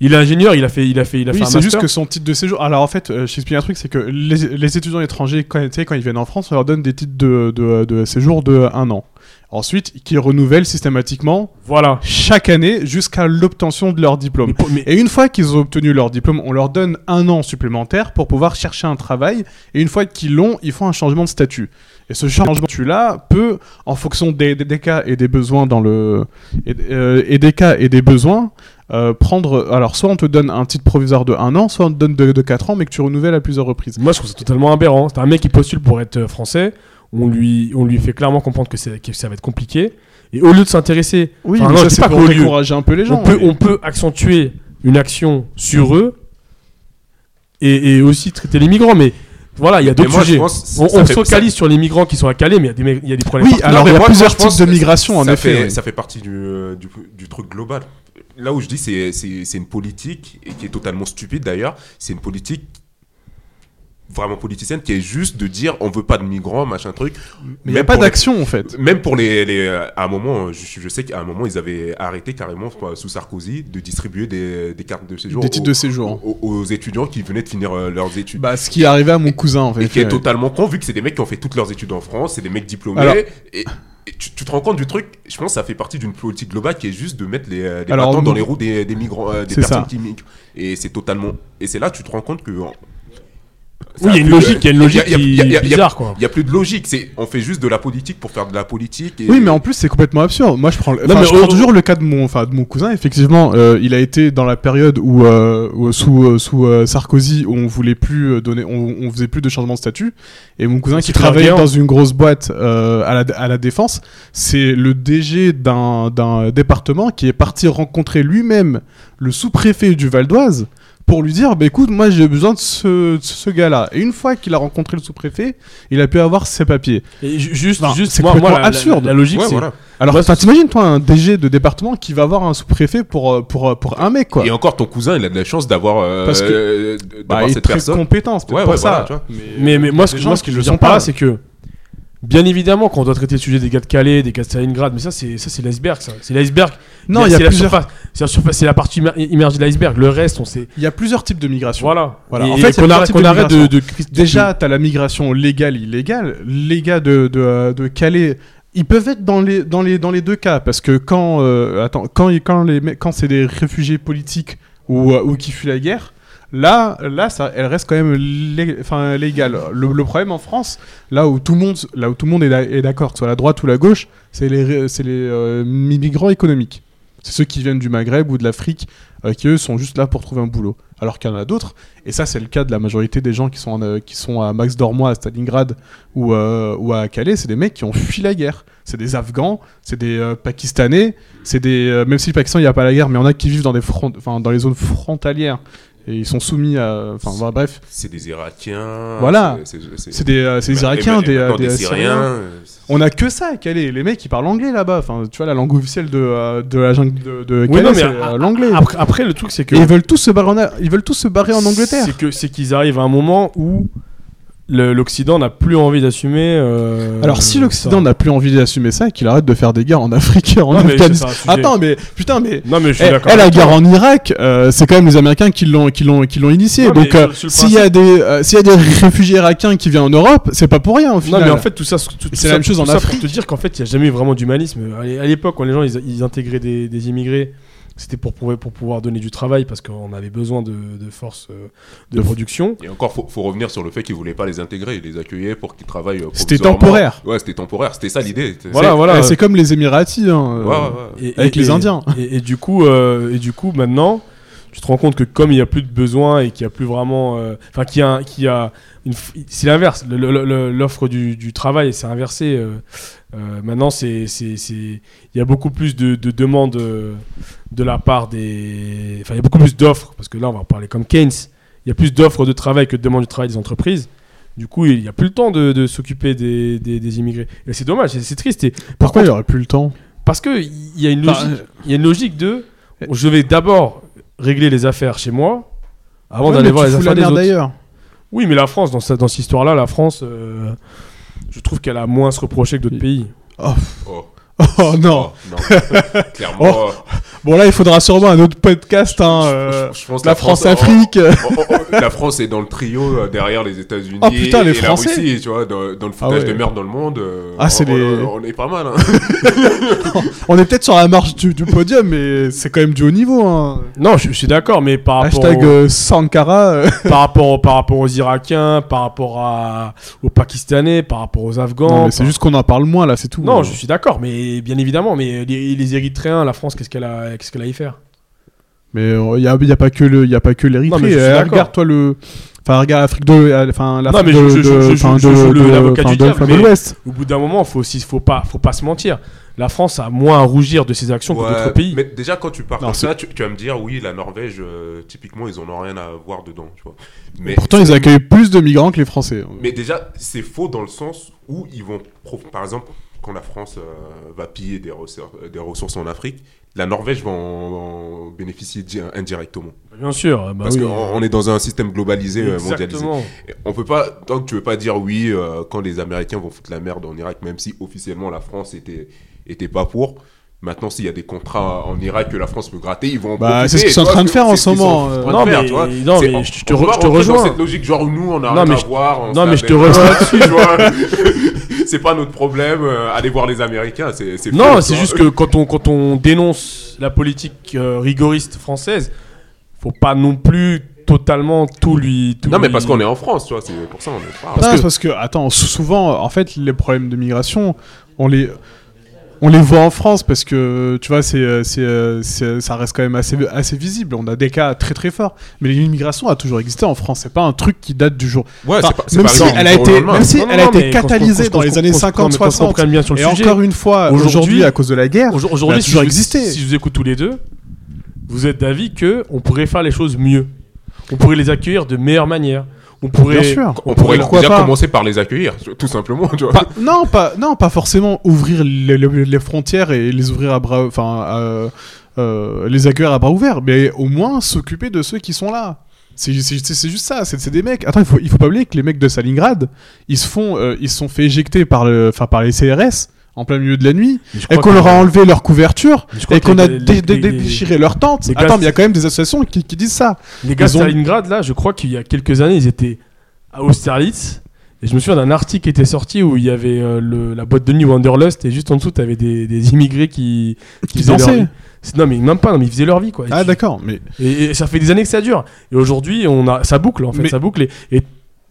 Speaker 3: Il est ingénieur. Il a fait il a fait il a
Speaker 1: Oui,
Speaker 3: fait un
Speaker 1: c'est juste
Speaker 3: master.
Speaker 1: que son titre de séjour. Alors en fait, euh, je t'explique un truc, c'est que les, les étudiants étrangers, quand, tu sais, quand ils viennent en France, on leur donne des titres de, de- de séjour de un an. Ensuite, qu'ils renouvellent systématiquement
Speaker 3: Voilà.
Speaker 1: chaque année jusqu'à l'obtention de leur diplôme.
Speaker 3: Mais pour- mais-
Speaker 1: Et une fois qu'ils ont obtenu leur diplôme, on leur donne un an supplémentaire pour pouvoir chercher un travail. Et une fois qu'ils l'ont, ils font un changement de statut. Et ce changement de statut-là peut, en fonction des, des- des cas et des besoins dans le et, euh, et des cas et des besoins, euh, prendre. Alors, soit on te donne un titre provisoire de un an, soit on te donne de, de 4 ans, mais que tu renouvelles à plusieurs reprises.
Speaker 3: Moi, je trouve ça totalement aberrant. C'est un mec qui postule pour être euh, français. On lui, on lui fait clairement comprendre que, c'est- que ça va être compliqué. Et au lieu de s'intéresser,
Speaker 1: Oui,
Speaker 3: Enfin,
Speaker 1: mais
Speaker 3: non, je
Speaker 1: ça
Speaker 3: dis
Speaker 1: c'est
Speaker 3: pas
Speaker 1: pour
Speaker 3: qu'au lieu.
Speaker 1: encourager un peu les gens.
Speaker 3: on, peut,
Speaker 1: mais-
Speaker 3: on peut accentuer une action sur eux et, et aussi traiter les migrants. Mais voilà, Ah, il y a
Speaker 2: Mais
Speaker 3: d'autres
Speaker 2: moi, je
Speaker 3: sujets.
Speaker 2: pense que
Speaker 3: on
Speaker 2: ça
Speaker 3: on se
Speaker 2: fait-
Speaker 3: focalise sur les migrants qui sont à Calais, mais il y a des, mecs- il y a des problèmes.
Speaker 1: Oui,
Speaker 3: partout.
Speaker 1: alors
Speaker 2: mais
Speaker 1: il y a
Speaker 2: moi,
Speaker 1: plusieurs
Speaker 2: je pense
Speaker 1: types de
Speaker 2: que
Speaker 1: migration en
Speaker 2: ça
Speaker 1: effet.
Speaker 2: Fait,
Speaker 1: oui.
Speaker 2: Ça fait partie du, euh, du, du truc global. Là où je dis c'est c'est c'est une politique et qui est totalement stupide d'ailleurs, c'est une politique vraiment politicienne qui est juste de dire on veut pas de migrants machin truc.
Speaker 1: Mais il n'y a
Speaker 2: Même
Speaker 1: pas
Speaker 2: pour les-
Speaker 1: d'action en fait.
Speaker 2: Même pour les, les euh, à un moment je, je sais qu'à un moment ils avaient arrêté carrément quoi, sous Sarkozy de distribuer des, des cartes de séjour
Speaker 1: Des titres
Speaker 2: aux,
Speaker 1: de séjour.
Speaker 2: aux- aux étudiants qui venaient de finir euh, leurs études.
Speaker 1: Bah, ce qui est arrivé à mon cousin en fait. euh,
Speaker 2: Et qui est
Speaker 1: ouais.
Speaker 2: totalement con, vu que c'est des mecs qui ont fait toutes leurs études en France, c'est des mecs diplômés.
Speaker 1: Alors-
Speaker 2: et et tu, tu te rends compte du truc Je pense que ça fait partie d'une politique globale qui est juste de mettre les, euh, les
Speaker 1: Alors,
Speaker 2: bâtons dans
Speaker 1: nous-
Speaker 2: les roues des, des migrants, euh, des
Speaker 1: C'est
Speaker 2: personnes
Speaker 1: ça.
Speaker 2: qui migrent. Et c'est totalement. Et c'est là que tu te rends compte que. oh, ça
Speaker 3: Oui, il y a une
Speaker 2: plus de-
Speaker 3: logique, il y a une logique
Speaker 2: y a- y a- y
Speaker 3: qui
Speaker 2: a-
Speaker 3: est
Speaker 2: y a-
Speaker 3: bizarre, quoi.
Speaker 2: Il n'y a plus de logique. C'est on fait juste de la politique pour faire de la politique. Et
Speaker 1: Oui, mais en plus, c'est complètement absurde. Moi, je prends, le-
Speaker 3: Non,
Speaker 1: enfin,
Speaker 3: mais
Speaker 1: je
Speaker 3: au-
Speaker 1: prends toujours le cas de mon, enfin, de mon cousin. Effectivement, euh, il a été dans la période où, euh, où sous, euh, sous euh, Sarkozy, on voulait plus euh, donner, on, on faisait plus de changement de statut. Et mon cousin, qui
Speaker 3: Super
Speaker 1: travaillait
Speaker 3: Guéant.
Speaker 1: dans une grosse boîte euh, à, la, à la défense, c'est le DG d'un d'un département qui est parti rencontrer lui-même le sous-préfet du Val d'Oise pour lui dire bah, écoute moi j'ai besoin de ce, de ce gars-là et une fois qu'il a rencontré le sous-préfet il a pu avoir ses papiers
Speaker 3: Et ju- juste,
Speaker 1: Non,
Speaker 3: juste,
Speaker 1: c'est
Speaker 3: moi, moi,
Speaker 1: complètement
Speaker 3: la- la,
Speaker 1: absurde.
Speaker 3: la logique,
Speaker 2: Ouais,
Speaker 3: c'est
Speaker 2: voilà.
Speaker 1: alors,
Speaker 3: Ouais,
Speaker 1: enfin,
Speaker 3: c'est-
Speaker 1: t'imagines, toi, un DG de département qui va avoir un sous-préfet pour, euh, pour, euh, pour un mec, quoi.
Speaker 2: Et encore, ton cousin, il a de la chance d'avoir euh,
Speaker 1: Parce que-
Speaker 2: euh,
Speaker 1: Bah,
Speaker 2: d'avoir
Speaker 1: il est
Speaker 2: cette
Speaker 1: très
Speaker 2: personne.
Speaker 1: compétent, c'est peut-être
Speaker 2: Ouais,
Speaker 1: pour
Speaker 2: ouais,
Speaker 1: ça.
Speaker 2: voilà, tu vois.
Speaker 3: Mais, mais moi, ce
Speaker 1: des
Speaker 3: que,
Speaker 1: gens
Speaker 3: moi, ce
Speaker 1: qui
Speaker 3: que je
Speaker 1: le
Speaker 3: veux
Speaker 1: sont
Speaker 3: dire par
Speaker 1: pas.
Speaker 3: là, c'est que, bien évidemment, quand on doit traiter le sujet des gars de Calais, des gars de Stalingrad, mais ça, c'est ça, c'est l'iceberg, ça. C'est l'iceberg.
Speaker 1: Non, il y, a
Speaker 3: c'est la
Speaker 1: plusieurs,
Speaker 3: surface- C'est la surface, c'est la partie immer- immergée de l'iceberg. Le reste, on sait.
Speaker 1: il y a plusieurs types de migration.
Speaker 3: Voilà.
Speaker 1: Voilà.
Speaker 3: Et-
Speaker 1: En
Speaker 3: et
Speaker 1: fait, c'est
Speaker 3: qu'on
Speaker 1: le
Speaker 3: arrête,
Speaker 1: principe
Speaker 3: qu'on
Speaker 1: de
Speaker 3: arrête de, de, de-
Speaker 1: Déjà, t'as la migration légale, illégale. Les gars de, de, de Calais, ils peuvent être dans les, dans les, dans les deux cas. Parce que quand, euh, attends, quand, ils- quand, les mecs- quand c'est des réfugiés politiques ou, euh, ou qui fuient la guerre, là, là ça, elle reste quand même lég- enfin, légale. Le, le problème en France, là où tout le monde, là où tout le monde est d'a- est d'accord, que ce soit la droite ou la gauche, c'est les, ré- c'est les euh, migrants économiques. C'est ceux qui viennent du Maghreb ou de l'Afrique, euh, qui eux sont juste là pour trouver un boulot. Alors qu'il y en a d'autres, et ça, c'est le cas de la majorité des gens qui sont, en, euh, qui sont à Max Dormois, à Stalingrad ou, euh, ou à Calais. C'est des mecs qui ont fui la guerre. C'est des Afghans, c'est des euh, Pakistanais, c'est des. euh, même si le Pakistan, il n'y a pas la guerre, mais il y en a qui vivent dans, des front- enfin, dans les zones frontalières. Et ils sont soumis à. Enfin, voilà, bref.
Speaker 2: C'est des Irakiens.
Speaker 1: Voilà.
Speaker 2: c'est- c'est-
Speaker 1: C'est des, euh, c'est des
Speaker 2: Bah, Et ma- et
Speaker 1: Irakiens,
Speaker 2: ma- et
Speaker 1: des, euh,
Speaker 2: maintenant,
Speaker 1: des,
Speaker 2: des
Speaker 1: Syriens.
Speaker 2: Syriens. euh,
Speaker 1: On a que ça à Calais. Les mecs, ils parlent anglais là-bas. Enfin, tu vois, la langue officielle de, euh, de la jungle de, de
Speaker 3: Oui,
Speaker 1: Calais,
Speaker 3: non, mais
Speaker 1: c'est
Speaker 3: a-
Speaker 1: euh, l'anglais.
Speaker 3: Après, après, le truc, c'est que.
Speaker 1: Et ils veulent tous se barrer en, ils veulent tous se barrer en Angleterre.
Speaker 3: C'est que c'est qu'ils arrivent à un moment où le- l'Occident n'a plus envie d'assumer. euh,
Speaker 1: Alors si l'Occident
Speaker 3: ça.
Speaker 1: n'a plus envie d'assumer ça, qu'il arrête de faire des guerres en Afrique et en
Speaker 3: Non, mais c'est
Speaker 1: Afghanistan.
Speaker 3: ça, un sujet.
Speaker 1: Attends, mais putain, mais
Speaker 3: Non, mais je suis
Speaker 1: Eh,
Speaker 3: d'accord.
Speaker 1: eh, la
Speaker 3: avec toi.
Speaker 1: guerre en Irak, euh, c'est quand même les Américains qui l'ont qui l'ont qui l'ont initié.
Speaker 3: Ouais, mais
Speaker 1: Donc euh,
Speaker 3: sur- sur le
Speaker 1: s'il y a des euh, s'il y a des réfugiés irakiens qui viennent en Europe, c'est pas pour rien au
Speaker 3: Non,
Speaker 1: final.
Speaker 3: mais en fait, tout ça, tout- tout
Speaker 1: c'est
Speaker 3: ça-
Speaker 1: la même chose
Speaker 3: tout
Speaker 1: en
Speaker 3: ça
Speaker 1: Afrique.
Speaker 3: Pour te dire qu'en fait, il n'y a jamais eu vraiment d'humanisme. À l'é- à l'époque, quand les gens ils, ils intégraient des, des immigrés, c'était pour, prouver- pour pouvoir donner du travail parce qu'on avait besoin de, de forces euh, de,
Speaker 1: De-
Speaker 3: production.
Speaker 2: Et encore, faut, faut revenir sur le fait qu'ils voulaient pas les intégrer, ils les accueillaient pour qu'ils travaillent. euh,
Speaker 1: C'était
Speaker 2: provisoirement.
Speaker 1: temporaire.
Speaker 2: Ouais, c'était temporaire, c'était ça l'idée.
Speaker 3: Voilà, voilà.
Speaker 1: Eh, c'est comme les Émiratis. hein,
Speaker 2: Ouais,
Speaker 1: euh,
Speaker 2: ouais, ouais.
Speaker 3: Et-
Speaker 1: avec
Speaker 3: et-
Speaker 1: les
Speaker 3: et-
Speaker 1: Indiens.
Speaker 3: Et, et du coup, euh, et du coup, maintenant, tu te rends compte que comme il n'y a plus de besoin et qu'il n'y a plus vraiment, euh, enfin, qu'il y a, un- qu'il y a une f- c'est l'inverse. Le- le- le- L'offre du, du travail s'est inversée. euh, euh, maintenant, c'est, c'est, c'est, il y a beaucoup plus de, de demandes euh, de la part des, enfin, il y a beaucoup plus d'offres parce que là, on va en parler comme Keynes. Il y a plus d'offres de travail que de demandes de travail des entreprises. Du coup, il n'y a plus le temps de, de s'occuper des, des- des immigrés. Et c'est dommage, c'est, c'est triste. Et
Speaker 1: Pourquoi il y aurait plus le temps
Speaker 3: parce que il y a une
Speaker 1: Enfin,
Speaker 3: logique, il y a une logique de
Speaker 1: euh,
Speaker 3: je vais d'abord régler les affaires chez moi avant
Speaker 1: Ouais,
Speaker 3: d'aller
Speaker 1: mais
Speaker 3: voir
Speaker 1: tu
Speaker 3: les
Speaker 1: fous
Speaker 3: affaires
Speaker 1: la
Speaker 3: des
Speaker 1: merde
Speaker 3: autres.
Speaker 1: d'ailleurs.
Speaker 3: Oui, mais la France dans cette, dans cette histoire-là, la France, euh, je trouve qu'elle a moins à se reprocher que d'autres
Speaker 1: Oui.
Speaker 3: pays.
Speaker 2: Oh.
Speaker 1: Oh non. Oh,
Speaker 2: Oh, non. Clairement. euh,
Speaker 1: Bon là, il faudra sûrement un autre podcast. Hein, euh,
Speaker 2: je- je pense que
Speaker 1: la France-Afrique.
Speaker 2: oh, oh, oh, oh, la France est dans le trio euh, derrière les États-Unis
Speaker 1: Oh, putain, les
Speaker 2: et
Speaker 1: Français.
Speaker 2: la Russie, tu vois, dans, dans le
Speaker 1: Ah
Speaker 2: foutage de
Speaker 1: ouais.
Speaker 2: merde dans le monde. euh,
Speaker 1: Ah, c'est
Speaker 2: on,
Speaker 1: les-
Speaker 2: on est pas mal. hein.
Speaker 1: On est peut-être sur la marche du, du podium, mais c'est quand même du haut niveau. Hein.
Speaker 3: Non, je, je suis d'accord, mais par rapport,
Speaker 1: Hashtag
Speaker 3: au-
Speaker 1: euh, Sankara. euh.
Speaker 3: par, rapport au- par rapport aux Irakiens, par rapport à, aux Pakistanais, par rapport aux Afghans.
Speaker 1: Non, mais c'est hein.
Speaker 3: par-
Speaker 1: juste qu'on en parle moins là, c'est tout. Euh,
Speaker 3: Non, je suis d'accord, mais bien évidemment, mais les, les Érythréens, la France, qu'est-ce qu'elle a, qu'est-ce qu'elle a à y faire
Speaker 1: Mais il n'y a, y a pas que le, y a pas que l'Érythrée.
Speaker 3: Non, mais je suis
Speaker 1: Euh,
Speaker 3: d'accord.
Speaker 1: regarde toi le, enfin regarde l'Afrique de, euh, enfin l'Afrique
Speaker 3: mais
Speaker 1: de,
Speaker 3: je- je- je-
Speaker 1: de-
Speaker 3: je-
Speaker 1: enfin,
Speaker 3: je-
Speaker 1: de-
Speaker 3: je- le-
Speaker 1: de-
Speaker 3: l'avocat
Speaker 1: enfin,
Speaker 3: du
Speaker 1: de
Speaker 3: diable,
Speaker 1: l'Afrique de
Speaker 3: mais-
Speaker 1: l'Ouest.
Speaker 3: Au bout d'un moment, faut aussi, faut pas, faut pas se mentir. La France a moins à rougir de ses actions que
Speaker 2: Ouais,
Speaker 3: d'autres pays.
Speaker 2: Mais déjà, quand tu parles
Speaker 1: Non,
Speaker 2: comme
Speaker 1: c'est-
Speaker 2: ça, tu, tu vas me dire, oui, la Norvège, euh, typiquement, ils en ont rien à voir dedans, tu vois. Mais,
Speaker 1: Pourtant, ils accueillent plus de migrants que les Français.
Speaker 2: mais déjà, c'est faux dans le sens où ils vont, pro- par exemple, quand la France euh, va piller des, ressources- des ressources en Afrique, la Norvège va en, en bénéficier di- indirectement.
Speaker 3: Bien sûr, bah
Speaker 2: parce
Speaker 3: oui.
Speaker 2: qu'on on est dans un système globalisé, euh, mondialisé.
Speaker 3: Exactement.
Speaker 2: Et On peut pas, tant que tu veux pas dire oui euh, quand les Américains vont foutre la merde en Irak, même si officiellement la France était, était pas pour. Maintenant, s'il y a des contrats en Irak que la France peut gratter, ils vont. en
Speaker 1: Bah,
Speaker 2: profiter,
Speaker 1: c'est ce qu'ils sont en
Speaker 2: tu vois,
Speaker 1: train de
Speaker 2: c'est-
Speaker 1: faire en
Speaker 2: c'est ce qu'ils
Speaker 1: ce moment,
Speaker 2: sont en
Speaker 1: euh.
Speaker 2: train de
Speaker 3: Non,
Speaker 2: faire,
Speaker 3: mais-
Speaker 2: tu vois.
Speaker 3: non,
Speaker 2: C'est-
Speaker 3: mais
Speaker 2: on-
Speaker 3: je te
Speaker 2: on peut
Speaker 3: re-
Speaker 2: pas
Speaker 3: je te
Speaker 2: rentrer dans
Speaker 3: rejoins.
Speaker 2: cette logique, genre nous, on a
Speaker 3: Non,
Speaker 2: rien
Speaker 3: mais
Speaker 2: à
Speaker 3: je-
Speaker 2: voir. on
Speaker 3: non, mais je te
Speaker 2: s'amène-
Speaker 3: rejoins
Speaker 2: tu vois. c'est pas notre problème. euh, aller voir les Américains, c'est. c'est faux,
Speaker 3: Non,
Speaker 2: tu
Speaker 3: c'est
Speaker 2: vois.
Speaker 3: juste que quand on, quand on dénonce la politique euh, rigoriste française, faut pas non plus totalement tout lui. tout
Speaker 2: Non, mais
Speaker 3: lui-
Speaker 2: parce qu'on est en France, tu vois. C'est pour ça on est pas.
Speaker 1: Parce,
Speaker 3: que-
Speaker 1: que... parce que attends, sou- souvent, en fait, les problèmes de migration, on les on les voit en France parce que tu vois, c'est euh, c'est euh, c'est- ça reste quand même assez assez visible. On a des cas très très forts, mais l'immigration a toujours existé en France. C'est pas un truc qui date du jour.
Speaker 2: Ouais,
Speaker 1: Enfin,
Speaker 2: c'est pas- c'est
Speaker 1: même
Speaker 2: pas
Speaker 1: si
Speaker 2: arrivé
Speaker 1: elle
Speaker 2: du
Speaker 1: a
Speaker 2: jour au
Speaker 1: été,
Speaker 2: lendemain.
Speaker 1: même si
Speaker 3: Non, non,
Speaker 1: elle a
Speaker 3: non,
Speaker 1: été
Speaker 3: mais qu'on se-
Speaker 1: catalysée
Speaker 3: qu'on se-
Speaker 1: dans les
Speaker 3: qu'on-
Speaker 1: années
Speaker 3: qu'on se- qu'on se
Speaker 1: 50-60.
Speaker 3: comprenne bien sur le
Speaker 1: Et
Speaker 3: sujet.
Speaker 1: encore une fois,
Speaker 3: Aujourd'hui,
Speaker 1: aujourd'hui, à cause de la guerre,
Speaker 3: Aujourd'hui,
Speaker 1: elle a
Speaker 3: aujourd'hui, si,
Speaker 1: toujours
Speaker 3: je-
Speaker 1: existé.
Speaker 3: si je vous écoute tous les deux, vous êtes d'avis que on pourrait faire les choses mieux. On pourrait les accueillir de meilleure manière. On pourrait.
Speaker 1: Bien sûr.
Speaker 2: On pourrait
Speaker 1: Pourquoi
Speaker 2: déjà
Speaker 1: pas
Speaker 2: commencer par les accueillir, tu vois, tout simplement, tu vois.
Speaker 1: Pas- non, pas, non, pas forcément ouvrir les, les- les frontières et les ouvrir à bras, enfin, euh, euh, les accueillir à bras ouverts, mais au moins s'occuper de ceux qui sont là. C'est c'est- c'est- c'est juste ça, c'est c'est des mecs. Attends, il faut, il faut pas oublier que les mecs de Salingrad, ils se font, euh, ils se sont fait éjecter par le, enfin, par les CRS en plein milieu de la nuit,
Speaker 3: Mais je
Speaker 1: et
Speaker 3: crois
Speaker 1: qu'on
Speaker 3: que-
Speaker 1: leur a enlevé leur couverture,
Speaker 3: Je crois
Speaker 1: et
Speaker 3: que
Speaker 1: qu'on
Speaker 3: les-
Speaker 1: a
Speaker 3: les-
Speaker 1: dé- dé-
Speaker 3: les- les-
Speaker 1: déchiré leur tente.
Speaker 3: les gars,
Speaker 1: Attends, mais il y a quand même des associations qui, qui disent ça.
Speaker 3: Les gars de
Speaker 1: Ils ont-
Speaker 3: Stalingrad, là, je crois qu'il y a quelques années, ils étaient à Austerlitz. Et je me souviens d'un article qui était sorti où il y avait euh, le- la boîte de nuit Wanderlust et juste en dessous, tu avais des, des immigrés qui,
Speaker 1: Qui
Speaker 3: faisaient leur
Speaker 1: dansaient.
Speaker 3: vie. C'est- Non, mais même pas, non, mais ils faisaient leur vie, quoi. Et
Speaker 1: Ah
Speaker 3: tu-
Speaker 1: d'accord, mais
Speaker 3: et, et ça fait des années que ça dure. Et aujourd'hui, on a, ça boucle, en fait,
Speaker 1: Mais-
Speaker 3: ça boucle. Et, et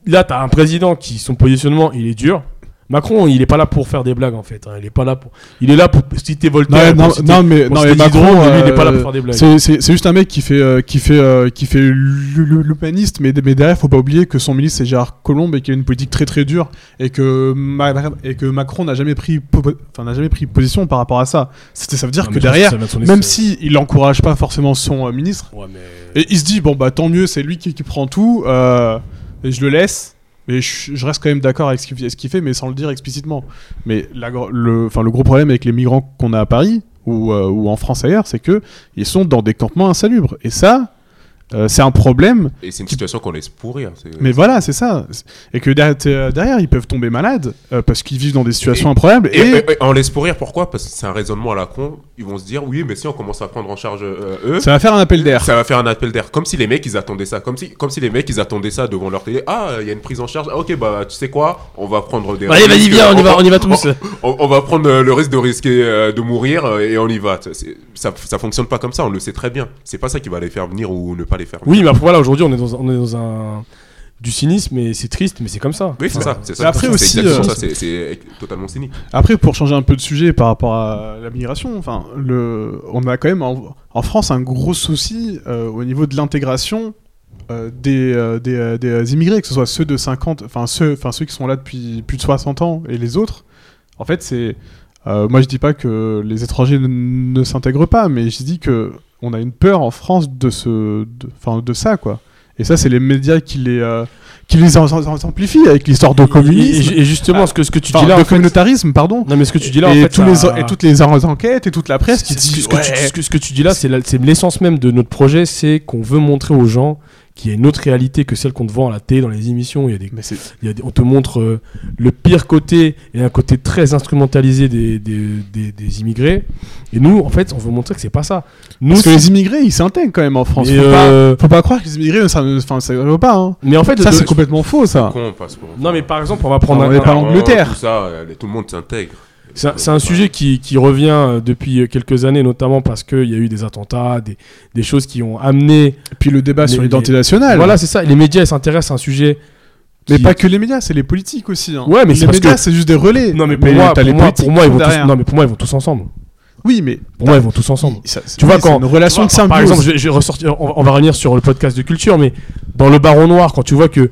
Speaker 3: là, tu as un président qui, son positionnement, il est dur. Macron, il est pas là pour faire des blagues, en fait. hein. Il est pas là pour. Il est là pour citer Voltaire.
Speaker 1: Non, non,
Speaker 3: pour citer-
Speaker 1: non, mais,
Speaker 3: pour
Speaker 1: non, mais
Speaker 3: citer Diderot,
Speaker 1: Macron,
Speaker 3: mais lui, il est
Speaker 1: euh,
Speaker 3: pas là pour faire des blagues.
Speaker 1: C'est, c'est- c'est juste un mec qui fait, euh, qui fait, euh, qui fait l'hu- l'hu- l'humaniste, mais, mais derrière, faut pas oublier que son ministre c'est Gérard Colomb et qu'il a une politique très très dure et que, Ma- et que Macron n'a jamais pris, po- enfin n'a jamais pris position par rapport à ça. C'était, ça veut dire
Speaker 3: Non,
Speaker 1: que
Speaker 3: mais je pense
Speaker 1: derrière,
Speaker 3: ça vient de son
Speaker 1: même
Speaker 3: esprit.
Speaker 1: si il encourage pas forcément son euh, ministre,
Speaker 3: Ouais, mais-
Speaker 1: et il se dit bon bah tant mieux, c'est lui qui, qui prend tout, euh, et je le laisse. Mais je, je reste quand même d'accord avec ce qu'il, ce qu'il fait, mais sans le dire explicitement. Mais la gro- le, enfin, le gros problème avec les migrants qu'on a à Paris ou, euh, ou en France ailleurs, c'est que ils sont dans des campements insalubres. Et ça, euh, c'est un problème,
Speaker 2: Et c'est une situation qu'on laisse pourrir. c'est-
Speaker 1: mais voilà, c'est ça. Et que derrière, t'es- derrière, ils peuvent tomber malades euh, parce qu'ils vivent dans des situations improbables.
Speaker 2: Et,
Speaker 1: Et,
Speaker 2: et- et on laisse pourrir, pourquoi Parce que c'est un raisonnement à la con. Ils vont se dire, oui, mais si on commence à prendre en charge euh, eux,
Speaker 1: ça va faire un appel d'air.
Speaker 2: ça va faire un appel d'air. Comme si les mecs, ils attendaient ça. Comme si, comme si les mecs, ils attendaient ça devant leur télé. Ah, il y a une prise en charge. Ah, ok, bah, tu sais quoi On va prendre des.
Speaker 4: Allez, vas-y,
Speaker 2: risques.
Speaker 4: viens, on y va, on y va tous.
Speaker 2: On, on va prendre euh, le risque de risquer euh, de mourir euh, et on y va. C'est- Ça, ça fonctionne pas comme ça, on le sait très bien. C'est pas ça qui va les faire venir ou ne pas les faire venir.
Speaker 3: Oui, mais après, voilà, aujourd'hui, on, est dans un- on est dans un. Du cynisme, et c'est triste, mais c'est comme ça.
Speaker 2: Oui, c'est
Speaker 3: Enfin,
Speaker 2: ça. C'est
Speaker 1: Mais
Speaker 2: ça.
Speaker 1: après
Speaker 2: c'est
Speaker 1: aussi,
Speaker 2: exactement
Speaker 1: euh,
Speaker 2: ça, c'est- c'est totalement cynique.
Speaker 1: Après, pour changer un peu de sujet par rapport à la migration, enfin, le, on a quand même en, en France un gros souci euh, au niveau de l'intégration euh, des, euh, des, euh, des, euh, immigrés, que ce soit ceux de 50, enfin ceux, enfin ceux qui sont là depuis plus de 60 ans et les autres. En fait, c'est, euh, moi je dis pas que les étrangers ne, ne s'intègrent pas, mais je dis que on a une peur en France de ce, de, enfin, de ça quoi. Et ça, c'est les médias qui les, euh, qui les en- en- amplifient avec l'histoire de communisme,
Speaker 3: Et, et justement, ce, que, ce que tu dis
Speaker 1: Enfin,
Speaker 3: là.
Speaker 1: de
Speaker 3: en fait-
Speaker 1: communautarisme, pardon
Speaker 3: Non, mais ce que tu dis là, en
Speaker 1: et,
Speaker 3: fait,
Speaker 1: tous
Speaker 3: ça-
Speaker 1: les en- et toutes les en- enquêtes et toute la presse qui
Speaker 3: C'est-
Speaker 1: dit
Speaker 3: ce que, tu, ce que- ce que tu dis là, c'est la- c'est l'essence même de notre projet, c'est qu'on veut montrer aux gens qu'il y a une autre réalité que celle qu'on te vend à la télé, dans les émissions. Il y a des,
Speaker 1: mais c'est
Speaker 3: il y a des- on te montre euh, le pire côté et un côté très instrumentalisé des, des, des- des immigrés. Et nous, en fait, on veut montrer que c'est pas ça. Nous,
Speaker 1: parce que les immigrés ils s'intègrent quand même en France
Speaker 3: mais,
Speaker 1: faut,
Speaker 3: euh,
Speaker 1: pas, faut pas croire que les immigrés ça ne- enfin ça ne va pas hein.
Speaker 3: mais en fait,
Speaker 1: ça
Speaker 3: le-
Speaker 1: c'est complètement faux
Speaker 4: Ah.
Speaker 1: ça
Speaker 2: Con, parce qu'on-
Speaker 3: non, mais par exemple, on va prendre
Speaker 1: Ah,
Speaker 3: un,
Speaker 1: on est pas
Speaker 3: un-
Speaker 1: en- l'Angleterre.
Speaker 2: Tout ça, euh, tout le monde s'intègre.
Speaker 3: C'est un- c'est un sujet qui, qui revient euh, depuis quelques années, notamment parce qu'il y a eu des attentats, des, des choses qui ont amené.
Speaker 1: et puis le débat
Speaker 3: Mais-
Speaker 1: sur l'identité
Speaker 3: mais-
Speaker 1: nationale
Speaker 3: Voilà, c'est ça. Les médias ils s'intéressent à un sujet.
Speaker 1: Ah, mais
Speaker 3: qui-
Speaker 1: pas que les médias c'est les politiques aussi hein.
Speaker 3: Ouais, mais
Speaker 1: les
Speaker 3: c'est parce
Speaker 1: médias
Speaker 3: que-
Speaker 1: c'est juste des relais
Speaker 3: Non, mais pour moi,
Speaker 1: t'as
Speaker 3: pour
Speaker 1: les
Speaker 3: moi,
Speaker 1: politiques
Speaker 3: pour moi, ils vont tous...
Speaker 1: derrière.
Speaker 3: non, mais pour moi, ils vont tous ensemble.
Speaker 1: oui mais
Speaker 3: Pour moi, ils vont tous ensemble.
Speaker 1: ça- c'est-
Speaker 3: Tu vois,
Speaker 1: oui, c'est
Speaker 3: quand-
Speaker 1: une relation de
Speaker 3: Par-
Speaker 1: symbiose
Speaker 3: Par exemple, je vais, je vais ressortir, on, va- on va revenir sur le podcast de culture, mais dans le Baron Noir, quand tu vois que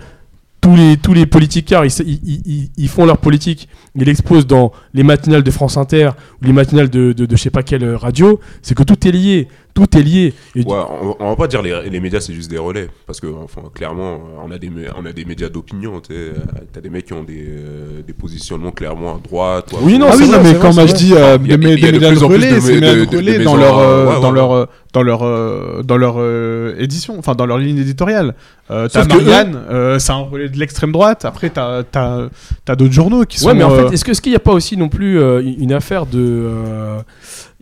Speaker 3: tous les, tous les politicards, ils, se- ils- ils- ils- ils font leur politique, ils l'exposent dans les matinales de France Inter ou les matinales de, de, de je sais pas quelle euh, radio, c'est que tout est lié. Tout est lié. Et
Speaker 2: Ouais, on, on va pas dire les, les médias, c'est juste des relais. Parce que, enfin, clairement, on a des, mé- on a des médias d'opinion. tu sais, euh, T'as des mecs qui ont des, euh, des positionnements clairement à droite. ou à
Speaker 3: Oui, non,
Speaker 1: ah
Speaker 2: gauche.
Speaker 1: oui,
Speaker 3: c'est
Speaker 1: non,
Speaker 3: vrai,
Speaker 1: mais
Speaker 3: c'est
Speaker 1: quand
Speaker 3: vrai,
Speaker 1: moi je
Speaker 3: c'est
Speaker 1: dis euh,
Speaker 2: Il y a-
Speaker 1: des mé-
Speaker 2: il y a
Speaker 1: des
Speaker 2: de
Speaker 1: médias de
Speaker 2: plus en plus de
Speaker 1: relais,
Speaker 2: mé-
Speaker 1: c'est des médias
Speaker 2: de-
Speaker 1: de
Speaker 2: de-
Speaker 1: relais
Speaker 2: de
Speaker 1: dans
Speaker 2: maisons
Speaker 1: leur
Speaker 2: à-
Speaker 1: euh,
Speaker 2: ouais,
Speaker 1: dans
Speaker 2: ouais,
Speaker 1: leur euh, dans leur euh, dans leur euh, édition, enfin dans leur ligne éditoriale. Euh, T'as
Speaker 3: Sauf que
Speaker 1: Marianne, euh, c'est un relais de l'extrême droite. Après t'as t'as t'as d'autres journaux qui sont.
Speaker 3: ouais, mais en
Speaker 1: euh,
Speaker 3: fait, est-ce que- est-ce qu'il n'y a pas aussi non plus euh, une affaire de euh,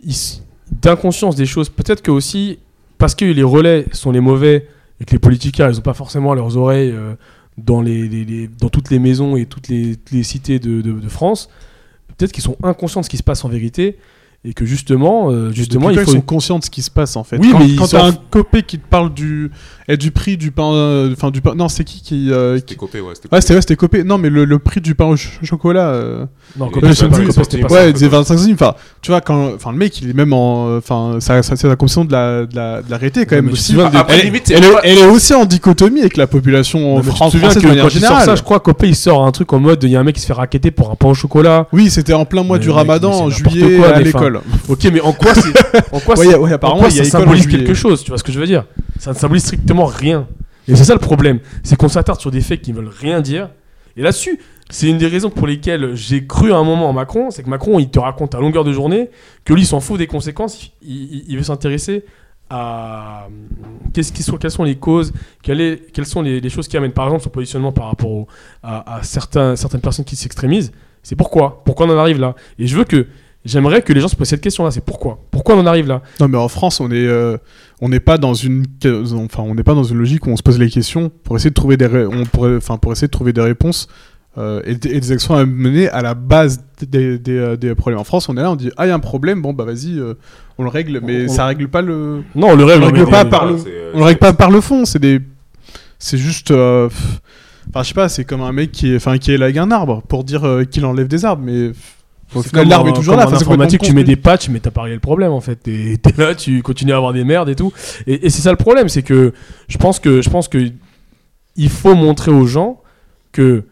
Speaker 3: is- d'inconscience des choses Peut-être que aussi parce que les relais sont les mauvais et que les politiciens, ils n'ont pas forcément leurs oreilles euh, dans les, les- les- dans toutes les maisons et toutes les, toutes les cités de, de- de France. Peut-être qu'ils sont inconscients de ce qui se passe en vérité et que justement, euh, justement,
Speaker 1: depuis
Speaker 3: il
Speaker 1: quand
Speaker 3: faut.
Speaker 1: ils sont conscients de ce qui se passe en fait.
Speaker 3: Oui,
Speaker 1: quand
Speaker 3: mais ils
Speaker 1: quand
Speaker 3: sont-
Speaker 1: t'as un copé qui te parle du et du prix du pain, euh, enfin du pain. Non, c'est qui qui, euh,
Speaker 2: C'était
Speaker 1: qui-
Speaker 2: copé, ouais. c'était
Speaker 1: Ouais, c'était ouais, c'était copé. Non, mais le, le prix du pain au ch- chocolat. euh,
Speaker 3: Non,
Speaker 2: Et
Speaker 3: Copé,
Speaker 1: je
Speaker 3: c'était
Speaker 1: sais
Speaker 3: pas-
Speaker 1: plus,
Speaker 3: Copé,
Speaker 2: ils sont
Speaker 3: c'était pas
Speaker 2: sortis.
Speaker 3: ça.
Speaker 1: Ouais, il disait 25 centimes. Enfin, tu vois, quand, enfin, le mec, il est même en, enfin, ça, ça- c'est la conscience de la, de la, de la réalité quand
Speaker 3: Ouais,
Speaker 1: même
Speaker 3: mais tu
Speaker 1: aussi.
Speaker 3: te souviens
Speaker 2: de- Après,
Speaker 1: elle, est-
Speaker 2: limite, c'est
Speaker 1: elle est,
Speaker 2: pas-
Speaker 1: elle est aussi en dichotomie avec la population
Speaker 3: Non, mais tu te
Speaker 1: fran-
Speaker 3: souviens
Speaker 1: française
Speaker 3: que
Speaker 1: de manière
Speaker 3: quand il sort
Speaker 1: générale.
Speaker 3: ça, je crois, Copé, il sort un truc en mode il y a un mec qui se fait raqueter pour un pain au chocolat.
Speaker 1: Oui, c'était en plein mois
Speaker 3: Mais
Speaker 1: du
Speaker 3: mec,
Speaker 1: Ramadan,
Speaker 3: mais c'est
Speaker 1: en
Speaker 3: n'importe
Speaker 1: juillet,
Speaker 3: quoi,
Speaker 1: à
Speaker 3: mais
Speaker 1: l'école.
Speaker 3: Ok, mais en quoi c'est en quoi
Speaker 1: Ouais,
Speaker 3: c'est-
Speaker 1: y a- ouais,
Speaker 3: en
Speaker 1: apparemment,
Speaker 3: quoi
Speaker 1: il y a
Speaker 3: ça
Speaker 1: école en
Speaker 3: symbolise
Speaker 1: juillet.
Speaker 3: quelque chose Tu vois ce que je veux dire Ça ne symbolise strictement rien. Et c'est ça le problème, c'est qu'on s'attarde sur des faits qui ne veulent rien dire. Et là-dessus, c'est une des raisons pour lesquelles j'ai cru à un moment en Macron, c'est que Macron, il te raconte à longueur de journée que lui, il s'en fout des conséquences, il, il- il veut s'intéresser à euh, qu'est-ce qui sont, quelles sont les causes, quelle est- quelles sont les, les choses qui amènent. Par exemple, son positionnement par rapport au- à, à certains, certaines personnes qui s'extrémisent, c'est pourquoi Pourquoi on en arrive là Et je veux que J'aimerais que les gens se posent cette question-là. C'est pourquoi Pourquoi on en arrive là
Speaker 1: Non, mais en France, on est, euh, on n'est pas dans une, enfin, on n'est pas dans une logique où on se pose les questions pour essayer de trouver des, ré- on pourrait, enfin, pour essayer de trouver des réponses euh, et, des- et des actions à mener à la base des, des, euh, des problèmes. En France, on est là, on dit ah il y a un problème, bon bah vas-y, euh, on le règle, mais
Speaker 3: On- Bah,
Speaker 1: ça règle pas le,
Speaker 3: Non, le
Speaker 1: on
Speaker 3: rêve,
Speaker 1: le
Speaker 3: non, mais-
Speaker 1: règle pas
Speaker 3: mais-
Speaker 1: par le,
Speaker 2: c'est, euh,
Speaker 1: on le règle pas par le fond, c'est des, c'est juste, euh, pff, enfin je sais pas, c'est comme un mec qui est, enfin qui élague un arbre pour dire euh, qu'il enlève des arbres, mais pff, au
Speaker 3: c'est
Speaker 1: final
Speaker 3: comme
Speaker 1: l'arbre
Speaker 3: en-
Speaker 1: est toujours
Speaker 3: euh, comme
Speaker 1: là.
Speaker 3: En
Speaker 1: Enfin, c'est complètement
Speaker 3: informatique, tu mets
Speaker 1: construit.
Speaker 3: des patchs, mais t'as pas réglé le problème en fait. T'es t'es là, tu continues à avoir des merdes et tout. Et, et c'est ça le problème, c'est que je pense que je pense que il faut montrer aux gens que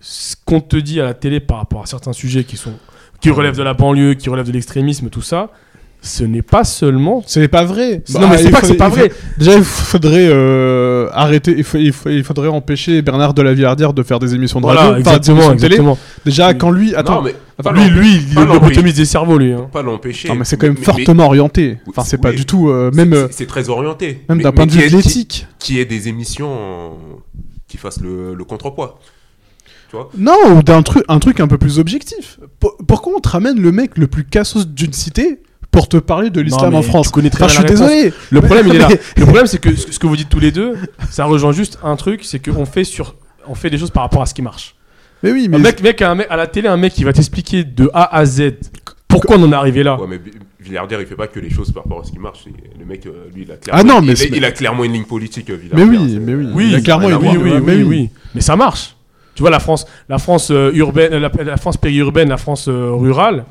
Speaker 3: ce qu'on te dit à la télé par rapport à certains sujets qui sont qui relèvent de la banlieue, qui relèvent de l'extrémisme, tout ça, ce n'est pas seulement.
Speaker 1: C'est pas vrai. Bah,
Speaker 3: non, mais c'est pas que c'est pas vrai.
Speaker 1: Déjà, il faudrait euh, arrêter. Il, faut- il faut- il faudrait empêcher Bernard de la Villardière de faire des émissions de radio,
Speaker 3: Voilà,
Speaker 1: pas des
Speaker 3: exactement,
Speaker 1: émissions de télé.
Speaker 3: exactement.
Speaker 1: Déjà,
Speaker 3: Oui.
Speaker 1: quand lui, attends,
Speaker 2: non, mais
Speaker 1: attends,
Speaker 2: pas
Speaker 1: lui,
Speaker 2: l'empêcher.
Speaker 1: lui,
Speaker 3: Il
Speaker 2: Ah non,
Speaker 3: lobotomise des cerveaux, lui. hein.
Speaker 2: pas l'empêcher.
Speaker 1: non, mais c'est quand même
Speaker 2: mais-
Speaker 1: fortement orienté. Enfin, c'est pas
Speaker 2: oui.
Speaker 1: du tout euh,
Speaker 2: mais-
Speaker 1: même
Speaker 2: c'est-
Speaker 1: euh,
Speaker 2: C'est très orienté.
Speaker 1: même
Speaker 2: Mais-
Speaker 1: d'un
Speaker 2: mais
Speaker 1: point de
Speaker 2: qui
Speaker 1: vue
Speaker 2: est-
Speaker 1: de
Speaker 2: qui-
Speaker 1: l'éthique.
Speaker 2: Qui est des émissions euh, qui fassent le, le contrepoids.
Speaker 1: Non, ou d'un truc, un truc un peu plus objectif. Pour- pourquoi on te ramène le mec le plus cassos d'une cité pour te parler de l'islam
Speaker 3: mais
Speaker 1: en France
Speaker 3: tu connais très
Speaker 1: Enfin, je
Speaker 3: bien
Speaker 1: suis
Speaker 3: la réponse.
Speaker 1: désolé.
Speaker 3: Le problème, il est là.
Speaker 1: Mais-
Speaker 3: Le problème, c'est que ce ce que vous dites tous les deux, ça rejoint juste un truc, c'est qu'on fait sur, on fait des choses par rapport à ce qui marche.
Speaker 1: Mais oui, mais
Speaker 3: Un mec, mec, un mec, à la télé, un mec qui va t'expliquer de A à Z pourquoi on en est arrivé là.
Speaker 1: Ah.
Speaker 2: Ouais, mais Bi- Villardière, il fait pas que les choses par rapport à ce qui marche. Il- Le mec, euh, lui, il a clairement,
Speaker 1: Ah non, mais
Speaker 2: il,
Speaker 1: c'est-
Speaker 2: il a clairement une ligne politique, euh,
Speaker 1: mais
Speaker 2: Villardière.
Speaker 1: oui,
Speaker 2: C'est-
Speaker 1: mais oui.
Speaker 3: Oui,
Speaker 1: Il a clairement
Speaker 2: rien
Speaker 1: une
Speaker 2: à
Speaker 3: oui,
Speaker 2: voir,
Speaker 1: ligne-
Speaker 3: oui,
Speaker 1: mais
Speaker 3: oui, oui. Mais ça marche. Tu vois, la France, la France euh, urbaine, la, la France périurbaine, la France euh, rurale,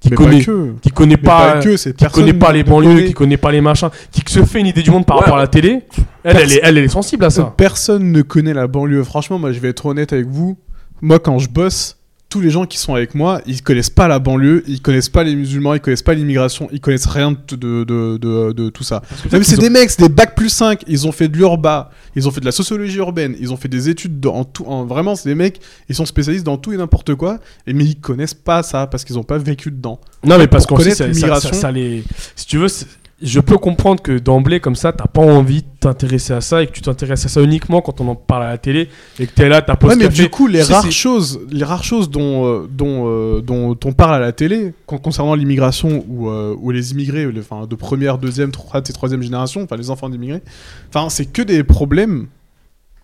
Speaker 3: qui
Speaker 1: Mais
Speaker 3: connaît,
Speaker 1: pas que.
Speaker 3: qui connaît
Speaker 1: Mais pas,
Speaker 3: pas,
Speaker 1: que, c'est
Speaker 3: qui
Speaker 1: personne.
Speaker 3: connaît pas les
Speaker 1: ne
Speaker 3: banlieues,
Speaker 1: connaît-
Speaker 3: qui connaît pas les machins, qui se fait une idée du monde par
Speaker 2: Ouais.
Speaker 3: rapport à la télé. Elle, elle,
Speaker 1: Personne-
Speaker 3: est, elle, elle est sensible à ça.
Speaker 1: Personne ne connaît la banlieue. Franchement, moi, je vais être honnête avec vous. Moi, quand je bosse, tous les gens qui sont avec moi, ils connaissent pas la banlieue, ils connaissent pas les musulmans, ils connaissent pas l'immigration, ils connaissent rien de, de, de, de- de tout ça. Même c'est des mecs, c'est des bacs plus 5, ils ont fait de l'urba, ils ont fait de la sociologie urbaine, ils ont fait des études dans tout. en- vraiment, c'est des mecs, ils sont spécialistes dans tout et n'importe quoi, et, mais ils connaissent pas ça parce qu'ils ont pas vécu dedans.
Speaker 3: Non, mais parce
Speaker 1: Pour
Speaker 3: qu'on sait,
Speaker 1: connaître
Speaker 3: ça, ça,
Speaker 1: l'immigration.
Speaker 3: ça, ça les. Si tu veux, c'est- je peux comprendre que d'emblée, comme ça, t'as pas envie de t'intéresser à ça et que tu t'intéresses à ça uniquement quand on en parle à la télé et que t'es là, t'as posé
Speaker 1: Ouais, mais du coup, les
Speaker 3: Si,
Speaker 1: rares
Speaker 3: si.
Speaker 1: choses, les rares choses dont, euh, dont, euh, dont on parle à la télé, con- concernant l'immigration ou, euh, ou les immigrés, ou les- enfin, de première, deuxième, troisième et troisième génération, enfin les enfants d'immigrés, enfin c'est que des problèmes,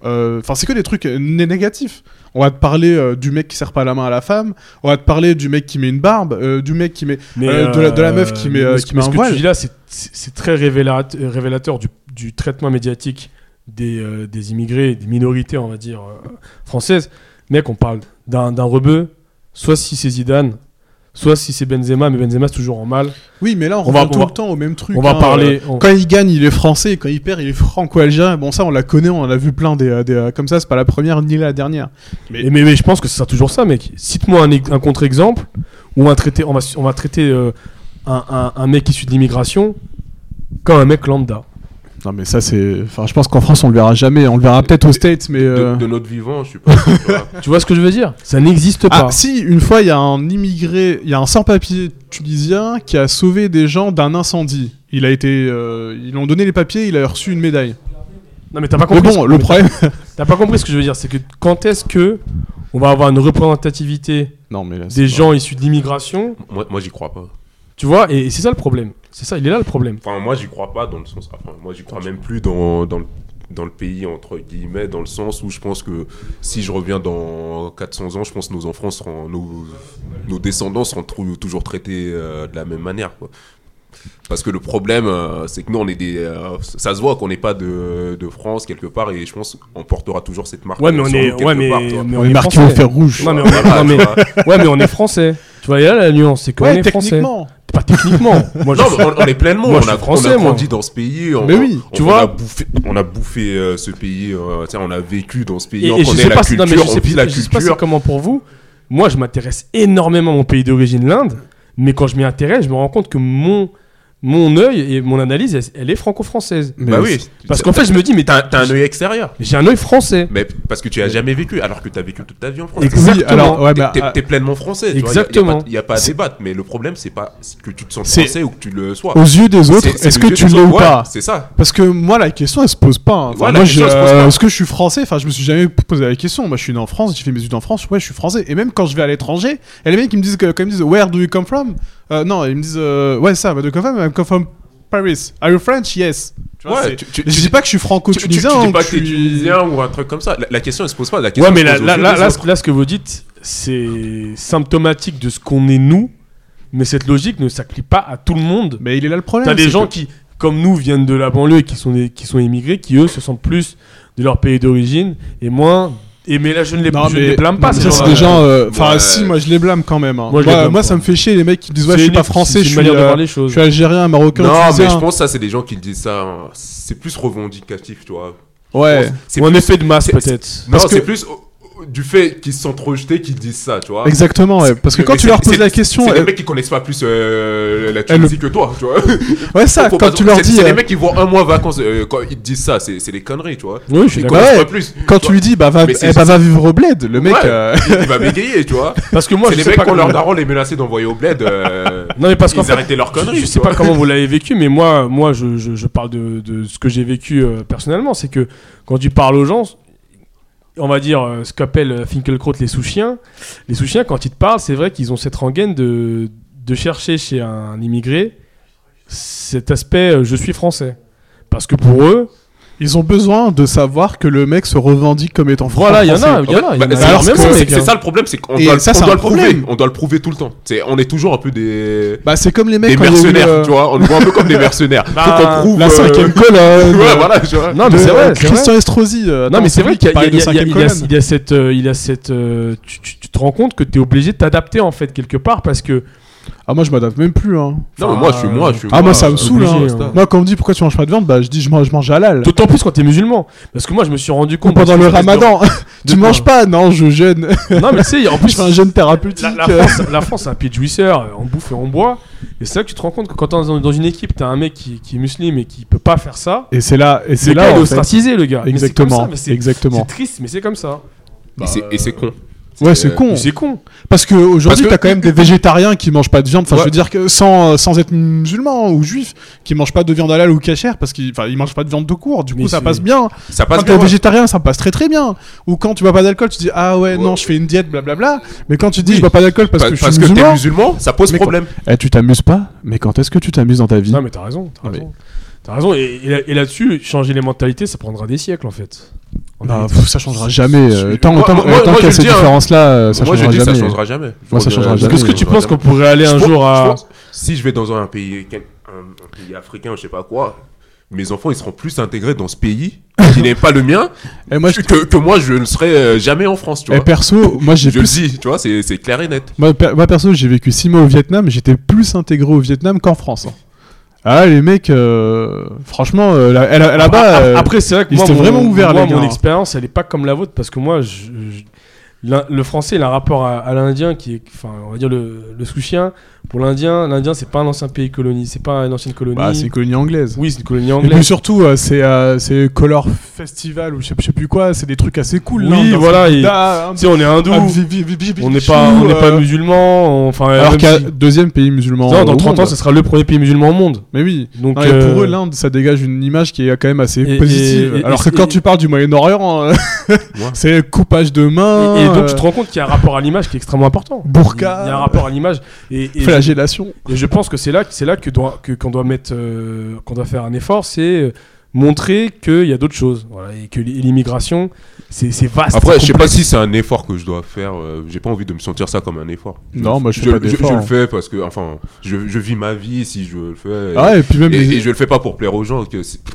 Speaker 1: euh, enfin c'est que des trucs euh, né- négatifs. On va te parler euh, du mec qui serre pas la main à la femme, on va te parler du mec qui met une barbe, euh, du mec qui met, euh, de la- de la meuf qui met, euh,
Speaker 3: mais ce-
Speaker 1: qui
Speaker 3: mais
Speaker 1: met
Speaker 3: ce
Speaker 1: un
Speaker 3: que
Speaker 1: voile.
Speaker 3: tu dis là, c'est- c'est c'est très révélateur, révélateur du, du traitement médiatique des, euh, des immigrés, des minorités, on va dire, euh, françaises. Mec, on parle d'un d'un rebeu, soit si c'est Zidane, soit si c'est Benzema, mais Benzema c'est toujours en mal.
Speaker 1: Oui, mais là on,
Speaker 3: On va-
Speaker 1: revient tout
Speaker 3: on va-
Speaker 1: le temps au même truc.
Speaker 3: on va
Speaker 1: hein,
Speaker 3: parler. on-
Speaker 1: Quand il gagne, il est français. et Quand il perd, il est franco-algérien. Bon, ça, on la connaît, on en a vu plein des, euh, des, euh, comme ça. C'est pas la première ni la dernière.
Speaker 3: Et mais, mais je pense que ce sera toujours ça, mec. Cite-moi un, ex- un contre-exemple où on va traiter, on va, su- on va traiter euh, un, un- un mec issu de l'immigration comme un mec lambda.
Speaker 1: Non, mais ça, c'est. Enfin, je pense qu'en France, on le verra jamais. On le verra peut-être aux States, mais.
Speaker 2: De,
Speaker 1: euh,
Speaker 2: de notre vivant, je suis pas. sûr, tu vois.
Speaker 3: Tu vois ce que je veux dire Ça n'existe
Speaker 1: Ah,
Speaker 3: pas.
Speaker 1: si, une fois, il y a un immigré, il y a un sans-papier tunisien qui a sauvé des gens d'un incendie. Il a été. euh, Ils lui ont donné les papiers, il a reçu une médaille.
Speaker 3: Non, mais t'as pas
Speaker 1: Mais
Speaker 3: compris. ce-
Speaker 1: bon, le
Speaker 3: mais t'as-
Speaker 1: problème.
Speaker 3: T'as pas compris ce que je veux dire, c'est que quand est-ce que on va avoir une représentativité
Speaker 1: Non, mais là, c'est
Speaker 3: des
Speaker 1: pas-
Speaker 3: gens issus de l'immigration
Speaker 2: moi, moi j'y crois pas.
Speaker 3: Tu vois Et, et c'est ça le problème. C'est ça, il est là le problème.
Speaker 2: Enfin, moi, j'y crois pas dans le sens. Enfin, moi, j'y crois même plus dans, dans, le, dans le pays, entre guillemets, dans le sens où je pense que si je reviens dans 400 ans, je pense que nos enfants seront. Nos, nos descendants seront trou- toujours traités euh, de la même manière, quoi. Parce que le problème, euh, c'est que nous, on est des. euh, ça se voit qu'on n'est pas de, de France quelque part, et je pense qu'on portera toujours cette marque.
Speaker 3: Ouais, mais on
Speaker 2: sur
Speaker 3: est,
Speaker 2: nous quelque
Speaker 3: ouais, mais,
Speaker 2: part, tu vois.
Speaker 3: mais
Speaker 1: On est marqué au
Speaker 3: français.
Speaker 1: fer rouge.
Speaker 3: Non, mais on est-
Speaker 2: Voilà,
Speaker 3: non, mais-
Speaker 2: tu vois.
Speaker 3: ouais, mais on est français. Tu vois, il y a la nuance, c'est qu'on
Speaker 1: Ouais,
Speaker 3: est français.
Speaker 1: techniquement.
Speaker 3: Pas techniquement. Moi, je
Speaker 2: Non, mais on, on est pleinement.
Speaker 3: Moi, je
Speaker 2: on, a,
Speaker 3: suis français,
Speaker 2: on a
Speaker 3: moi.
Speaker 2: grandi dans ce pays. On,
Speaker 1: Mais oui,
Speaker 2: on-
Speaker 3: tu
Speaker 2: on
Speaker 3: vois.
Speaker 2: A bouffé, on a bouffé euh, ce pays. euh, tiens, on a vécu dans ce pays.
Speaker 3: Et,
Speaker 2: on
Speaker 3: et je
Speaker 2: connaît
Speaker 3: sais
Speaker 2: la
Speaker 3: pas si,
Speaker 2: culture,
Speaker 3: non, mais je
Speaker 2: on
Speaker 3: sais,
Speaker 2: vit la
Speaker 3: je sais pas c'est
Speaker 2: culture.
Speaker 3: comment pour vous. Moi, je m'intéresse énormément à mon pays d'origine, l'Inde. Mais quand je m'y intéresse, je me rends compte que mon, mon œil et mon analyse, elle, elle est franco-française.
Speaker 1: Mais
Speaker 2: bah oui.
Speaker 3: Parce qu'en fait, je me dis, mais
Speaker 2: t'as
Speaker 3: t'as
Speaker 2: t'as un œil extérieur.
Speaker 3: j'ai un œil français.
Speaker 2: Mais parce que tu as jamais vécu, alors que tu as vécu toute ta vie en France.
Speaker 3: Exactement.
Speaker 1: Oui, alors, ouais,
Speaker 2: T'es-
Speaker 1: bah,
Speaker 2: T'es
Speaker 1: ah,
Speaker 2: t'es pleinement français. tu vois, y a-
Speaker 3: Exactement.
Speaker 2: Il n'y a, pas à
Speaker 1: C'est-
Speaker 2: débattre. Mais le problème, c'est pas que tu te sens
Speaker 1: C'est-
Speaker 2: français ou que tu le sois.
Speaker 1: aux yeux des autres,
Speaker 2: C'est- c'est
Speaker 1: est-ce
Speaker 2: le
Speaker 1: que tu
Speaker 2: jeu des
Speaker 1: l'es
Speaker 2: autres,
Speaker 1: ou
Speaker 2: ouais,
Speaker 1: pas
Speaker 2: C'est ça.
Speaker 1: Parce que moi, la question, elle se pose pas. hein. Enfin,
Speaker 2: Ouais, la
Speaker 1: moi,
Speaker 2: question,
Speaker 1: je-
Speaker 2: elle se pose
Speaker 1: euh,
Speaker 2: pas.
Speaker 1: est-ce que je suis français Enfin, je me suis jamais posé la question. Moi, je suis né en France, j'ai fait mes études en France, ouais, je suis français. Et même quand je vais à l'étranger, il y a les mecs qui me disent, que- quand ils me disent, Where do you come from Euh, Non, ils me disent, euh, Ouais, ça, where do you come from I come from Paris. Are you French Yes. Tu vois,
Speaker 2: Ouais,
Speaker 1: c'est-
Speaker 2: tu- tu-
Speaker 1: je dis pas que je suis
Speaker 2: Tu, tu, tu dis
Speaker 1: franco-tunisien. hein,
Speaker 2: pas
Speaker 1: que
Speaker 2: que t'es
Speaker 1: je suis-
Speaker 2: tunisien ou un truc comme ça. La, la question, elle se pose pas. La question,
Speaker 3: Ouais, mais
Speaker 2: elle
Speaker 3: là,
Speaker 2: se pose
Speaker 3: là,
Speaker 2: aux yeux
Speaker 3: là,
Speaker 2: des
Speaker 3: là,
Speaker 2: autres.
Speaker 3: ce- là, ce que vous dites, c'est symptomatique de ce qu'on est nous. Mais cette logique ne s'applique pas à tout le monde.
Speaker 1: Mais il est là le problème.
Speaker 3: T'as des
Speaker 1: c'est
Speaker 3: gens
Speaker 1: que-
Speaker 3: qui, comme nous, viennent de la banlieue et qui sont, des- qui sont immigrés, qui eux se sentent plus de leur pays d'origine et moins. Et mais là, je ne les,
Speaker 1: Non,
Speaker 3: je ne
Speaker 1: mais
Speaker 3: les blâme pas.
Speaker 1: non, mais
Speaker 3: ces
Speaker 1: ça, c'est
Speaker 3: gens-là.
Speaker 1: des gens. euh, Enfin,
Speaker 2: Ouais.
Speaker 1: si, moi, je les blâme quand même. hein.
Speaker 3: Moi,
Speaker 1: Moi,
Speaker 3: je les blâme
Speaker 1: moi,
Speaker 3: pas.
Speaker 1: ça me fait chier les mecs qui me disent, Ouais, je
Speaker 3: C'est
Speaker 1: suis
Speaker 3: une-
Speaker 1: pas français,
Speaker 3: c'est
Speaker 1: je
Speaker 3: une
Speaker 1: suis,
Speaker 3: manière de
Speaker 1: euh,
Speaker 3: voir les
Speaker 1: je
Speaker 3: choses.
Speaker 1: suis algérien, marocain,
Speaker 2: Non, mais
Speaker 1: tunisien.
Speaker 2: je pense que ça, c'est des gens qui le disent ça. hein. C'est plus revendicatif, tu vois.
Speaker 1: Ouais.
Speaker 2: C'est
Speaker 3: Ou un
Speaker 2: plus-
Speaker 3: effet de masse
Speaker 2: c'est-
Speaker 3: peut-être.
Speaker 2: Non,
Speaker 1: Parce
Speaker 2: c'est
Speaker 1: que-
Speaker 2: plus. oh, oh, du fait qu'ils se sentent rejetés, qu'ils disent ça, tu vois.
Speaker 1: Exactement, ouais, parce que quand
Speaker 2: Mais
Speaker 1: tu
Speaker 2: c'est-
Speaker 1: leur poses
Speaker 2: c'est-
Speaker 1: la question,
Speaker 2: C'est
Speaker 1: euh,
Speaker 2: les mecs qui connaissent pas plus euh, la Tunisie que toi, tu vois.
Speaker 1: ouais ça,
Speaker 2: Faut
Speaker 1: quand
Speaker 2: pas-
Speaker 1: tu leur
Speaker 2: c'est-
Speaker 1: dis,
Speaker 2: C'est les
Speaker 1: euh,
Speaker 2: mecs qui vont un mois vacances, euh, quand ils te disent ça, c'est c'est des conneries, tu vois.
Speaker 3: Oui, je suis
Speaker 2: Ils
Speaker 3: d'accord.
Speaker 2: connaissent
Speaker 1: ouais.
Speaker 2: pas plus.
Speaker 1: quand
Speaker 2: tu
Speaker 1: tu lui dis, bah va,
Speaker 2: Mais c'est-
Speaker 1: eh, bah, va vivre au bled, le mec,
Speaker 2: Ouais.
Speaker 1: euh,
Speaker 2: Il il va bégayer, tu vois.
Speaker 3: Parce que moi,
Speaker 2: c'est
Speaker 3: je
Speaker 2: les
Speaker 3: sais
Speaker 2: mecs
Speaker 3: pas
Speaker 2: qui ont
Speaker 3: comment-
Speaker 2: leur daron les menacer d'envoyer au bled. euh,
Speaker 3: Non, mais parce qu'en
Speaker 2: Ils
Speaker 3: fait,
Speaker 2: arrêtaient leur
Speaker 3: je,
Speaker 2: connerie.
Speaker 3: je
Speaker 2: tu
Speaker 3: sais
Speaker 2: vois.
Speaker 3: pas comment vous l'avez vécu, mais moi, moi, je, je- je parle de, de ce que j'ai vécu euh, personnellement. C'est que quand tu parles aux gens, on va dire euh, ce qu'appellent euh, Finkielkraut les sous-chiens, les sous-chiens, quand ils te parlent, c'est vrai qu'ils ont cette rengaine de, de chercher chez un immigré cet aspect euh, je suis français. Parce que pour eux,
Speaker 1: ils ont besoin de savoir que le mec se revendique comme étant
Speaker 3: voilà, il y en
Speaker 1: français.
Speaker 3: a, il y en a, il y en a
Speaker 2: Bah, c'est-
Speaker 1: alors
Speaker 3: énormément,
Speaker 1: que
Speaker 2: c'est-
Speaker 3: mec,
Speaker 2: c'est
Speaker 3: hein.
Speaker 2: ça le problème, c'est qu'on
Speaker 1: Et
Speaker 2: doit,
Speaker 1: ça,
Speaker 2: on
Speaker 1: c'est
Speaker 2: doit
Speaker 1: un
Speaker 2: le prouver.
Speaker 1: problème.
Speaker 2: On doit le prouver tout le temps. C'est- on est toujours un peu des,
Speaker 1: Bah c'est comme les mecs
Speaker 2: des
Speaker 1: quand il y a eu,
Speaker 2: mercenaires,
Speaker 1: euh,
Speaker 2: tu vois. On nous voit un peu comme des mercenaires.
Speaker 3: Bah,
Speaker 2: Faut qu'on prouve.
Speaker 1: la
Speaker 2: euh,
Speaker 1: cinquième colonne.
Speaker 2: ouais, voilà, tu vois.
Speaker 3: Non, mais
Speaker 1: de-
Speaker 3: c'est vrai, c'est vrai.
Speaker 1: Christian Estrosi. euh,
Speaker 3: Non,
Speaker 1: attends,
Speaker 3: mais c'est vrai
Speaker 1: lui
Speaker 3: qu'il y
Speaker 1: qui
Speaker 3: a,
Speaker 1: parlait
Speaker 3: il y
Speaker 1: de
Speaker 3: a- il y a-
Speaker 1: cinquième
Speaker 3: il y a-
Speaker 1: colonne.
Speaker 3: il y a cette, euh, il y a cette, euh, tu, tu- tu te rends compte que tu es obligé de t'adapter en fait quelque part parce que
Speaker 1: Ah moi je m'adapte même plus. Hein.
Speaker 2: Non, mais moi, je suis moi. je suis
Speaker 1: Ah moi ça me
Speaker 2: je-
Speaker 1: saoule.
Speaker 3: obligé,
Speaker 1: hein.
Speaker 3: hein.
Speaker 1: Moi quand on me dit pourquoi tu manges pas de viande, bah je dis je mange, je mange halal.
Speaker 3: d'autant plus quand tu es musulman parce que moi je me suis rendu compte
Speaker 1: pendant
Speaker 3: dans
Speaker 1: le
Speaker 3: cette espèce de-
Speaker 1: ramadan. tu
Speaker 3: de-
Speaker 1: manges pas Non, je jeûne.
Speaker 3: Non mais tu sais en
Speaker 1: je
Speaker 3: plus
Speaker 1: fais un jeûne euh. thérapeutique.
Speaker 3: la, la France, la France, c'est un pays de jouisseurs, euh, on bouffe et on boit et c'est là que tu te rends compte que quand t'es dans dans une équipe t'as un mec qui, qui est musulman et qui peut pas faire ça,
Speaker 1: Et c'est là, et
Speaker 3: le
Speaker 1: c'est
Speaker 3: gars,
Speaker 1: là
Speaker 3: il est
Speaker 1: en fait.
Speaker 3: ostracisé le gars. Mais c'est comme
Speaker 1: Exactement,
Speaker 3: ça, mais c'est-
Speaker 1: exactement.
Speaker 3: C'est triste mais c'est comme ça.
Speaker 2: Et c'est- Et c'est con.
Speaker 1: Ouais, c'est con.
Speaker 3: Mais C'est con.
Speaker 1: Parce que
Speaker 2: Parce
Speaker 1: aujourd'hui,
Speaker 2: que-
Speaker 1: t'as quand même des végétariens qui mangent pas de viande. Enfin, je
Speaker 2: Ouais.
Speaker 1: veux dire que sans, euh, sans être musulmans ou juifs, qui mangent pas de viande halal ou cachère parce qu'ils, enfin, ils mangent pas de viande de cours. Du
Speaker 3: Mais
Speaker 1: coup, ça
Speaker 3: c'est-
Speaker 1: passe bien.
Speaker 2: Ça
Speaker 1: Quand
Speaker 2: passe
Speaker 1: t'es
Speaker 2: bien, ouais.
Speaker 1: végétarien, ça me passe très très bien. Ou quand tu bois pas d'alcool, tu dis ah ouais, non, je fais une diète, blablabla. Mais quand tu dis
Speaker 2: Oui.
Speaker 1: je bois pas d'alcool parce
Speaker 2: Pa-
Speaker 1: que je
Speaker 2: Parce
Speaker 1: suis
Speaker 2: que t'es
Speaker 1: musulman,
Speaker 2: musulman, ça pose
Speaker 1: Mais
Speaker 2: problème.
Speaker 1: eh, tu t'amuses pas. Mais quand est-ce que tu t'amuses dans ta vie
Speaker 3: Non mais t'as raison,
Speaker 1: Ah,
Speaker 3: t'as
Speaker 1: mais-
Speaker 3: raison. T'as raison, et, et là- et là-dessus, changer les mentalités, ça prendra des siècles en fait. En
Speaker 1: Bah,
Speaker 3: vérité.
Speaker 1: pff, ça changera jamais. euh,
Speaker 2: Je-
Speaker 1: Tant,
Speaker 2: moi-
Speaker 1: tant-
Speaker 2: moi-
Speaker 1: euh, tant
Speaker 2: moi,
Speaker 1: qu'il y a
Speaker 2: je
Speaker 1: ces
Speaker 2: dis, hein,
Speaker 1: différences-là, euh, ça
Speaker 2: Moi, je
Speaker 1: changera
Speaker 2: dis,
Speaker 1: jamais.
Speaker 2: ça changera jamais.
Speaker 1: Moi, ça
Speaker 2: Je-
Speaker 1: changera
Speaker 2: je-
Speaker 1: jamais.
Speaker 3: Est-ce que tu
Speaker 2: je-
Speaker 3: penses
Speaker 2: je-
Speaker 3: qu'on pourrait aller un
Speaker 2: je
Speaker 3: jour
Speaker 2: pense- je
Speaker 3: à...
Speaker 2: pense, si je vais dans un pays, quel- un, un pays africain, je sais pas quoi, mes enfants ils seront plus intégrés dans ce pays qui n'est pas le mien
Speaker 1: Et moi, je-
Speaker 2: que, que moi je ne serai euh, jamais en France, tu
Speaker 1: eh,
Speaker 2: vois.
Speaker 1: perso, moi j'ai
Speaker 2: Je le
Speaker 1: plus
Speaker 2: dis, tu vois, c'est c'est clair et net.
Speaker 1: Moi, per- moi, perso, j'ai vécu 6 mois au Vietnam, j'étais plus intégré au Vietnam qu'en France. hein. Ah les mecs, euh, franchement, euh, là- là- là- là-bas,
Speaker 3: Après-
Speaker 1: euh,
Speaker 3: Après, c'est vrai que
Speaker 1: ils
Speaker 3: moi,
Speaker 1: étaient
Speaker 3: mon,
Speaker 1: vraiment ouverts,
Speaker 3: moi,
Speaker 1: les gars,
Speaker 3: mon
Speaker 1: hein.
Speaker 3: expérience, elle est pas comme la vôtre parce que moi, je- je- l'un- le français, il a un rapport à, à l'indien qui est, enfin, on va dire le, le sous-chien. Pour l'indien, l'indien, c'est pas un ancien pays colonie, c'est pas une ancienne colonie.
Speaker 1: bah, c'est une colonie anglaise.
Speaker 3: Oui, c'est une colonie
Speaker 1: Et puis
Speaker 3: anglaise.
Speaker 1: surtout, euh, c'est euh, c'est Color Festival ou je sais, je sais plus quoi, c'est des trucs assez cool.
Speaker 3: oui,
Speaker 1: là,
Speaker 3: voilà. et-
Speaker 1: Ah,
Speaker 3: tu sais, on est hindou,
Speaker 1: ah, vi- vi- vi- vi- vi-
Speaker 3: on n'est pas, on n'est pas
Speaker 1: euh,
Speaker 3: musulman. Enfin,
Speaker 1: Alors
Speaker 3: même
Speaker 1: qu'à
Speaker 3: si-
Speaker 1: deuxième pays musulman.
Speaker 3: Non,
Speaker 1: au
Speaker 3: dans 30 ans,
Speaker 1: monde.
Speaker 3: ce sera le premier pays musulman au monde.
Speaker 1: Mais oui.
Speaker 3: Donc,
Speaker 1: Non, et pour
Speaker 3: euh,
Speaker 1: eux, l'Inde, ça dégage une image qui est quand même assez
Speaker 3: Et-
Speaker 1: positive.
Speaker 3: et- et-
Speaker 1: Alors que
Speaker 3: et-
Speaker 1: quand tu parles du Moyen-Orient, euh, c'est coupage de mains,
Speaker 3: Et, et donc,
Speaker 1: euh,
Speaker 3: tu te rends compte qu'il y a un rapport à l'image qui est extrêmement important.
Speaker 1: Burqa.
Speaker 3: Il y a un rapport à l'image. Et, et je,
Speaker 1: flagellation.
Speaker 3: et je pense que c'est là, c'est là que doit, que, qu'on doit mettre, euh, qu'on doit faire un effort, c'est euh, montrer qu'il y a d'autres choses. Voilà, et que l'i- l'immigration, c'est, c'est vaste.
Speaker 2: Après, je sais pas
Speaker 3: complexe.
Speaker 2: si c'est un effort que je dois faire. euh, J'ai pas envie de me sentir ça comme un effort.
Speaker 1: Non, moi, je fais pas d'effort,
Speaker 2: Je
Speaker 1: hein.
Speaker 2: le fais parce que, enfin, je, je vis ma vie si je le fais.
Speaker 1: Ah, et puis même.
Speaker 2: hein. et,
Speaker 1: les-
Speaker 2: et je le fais pas pour plaire aux gens. Que c'est- pff,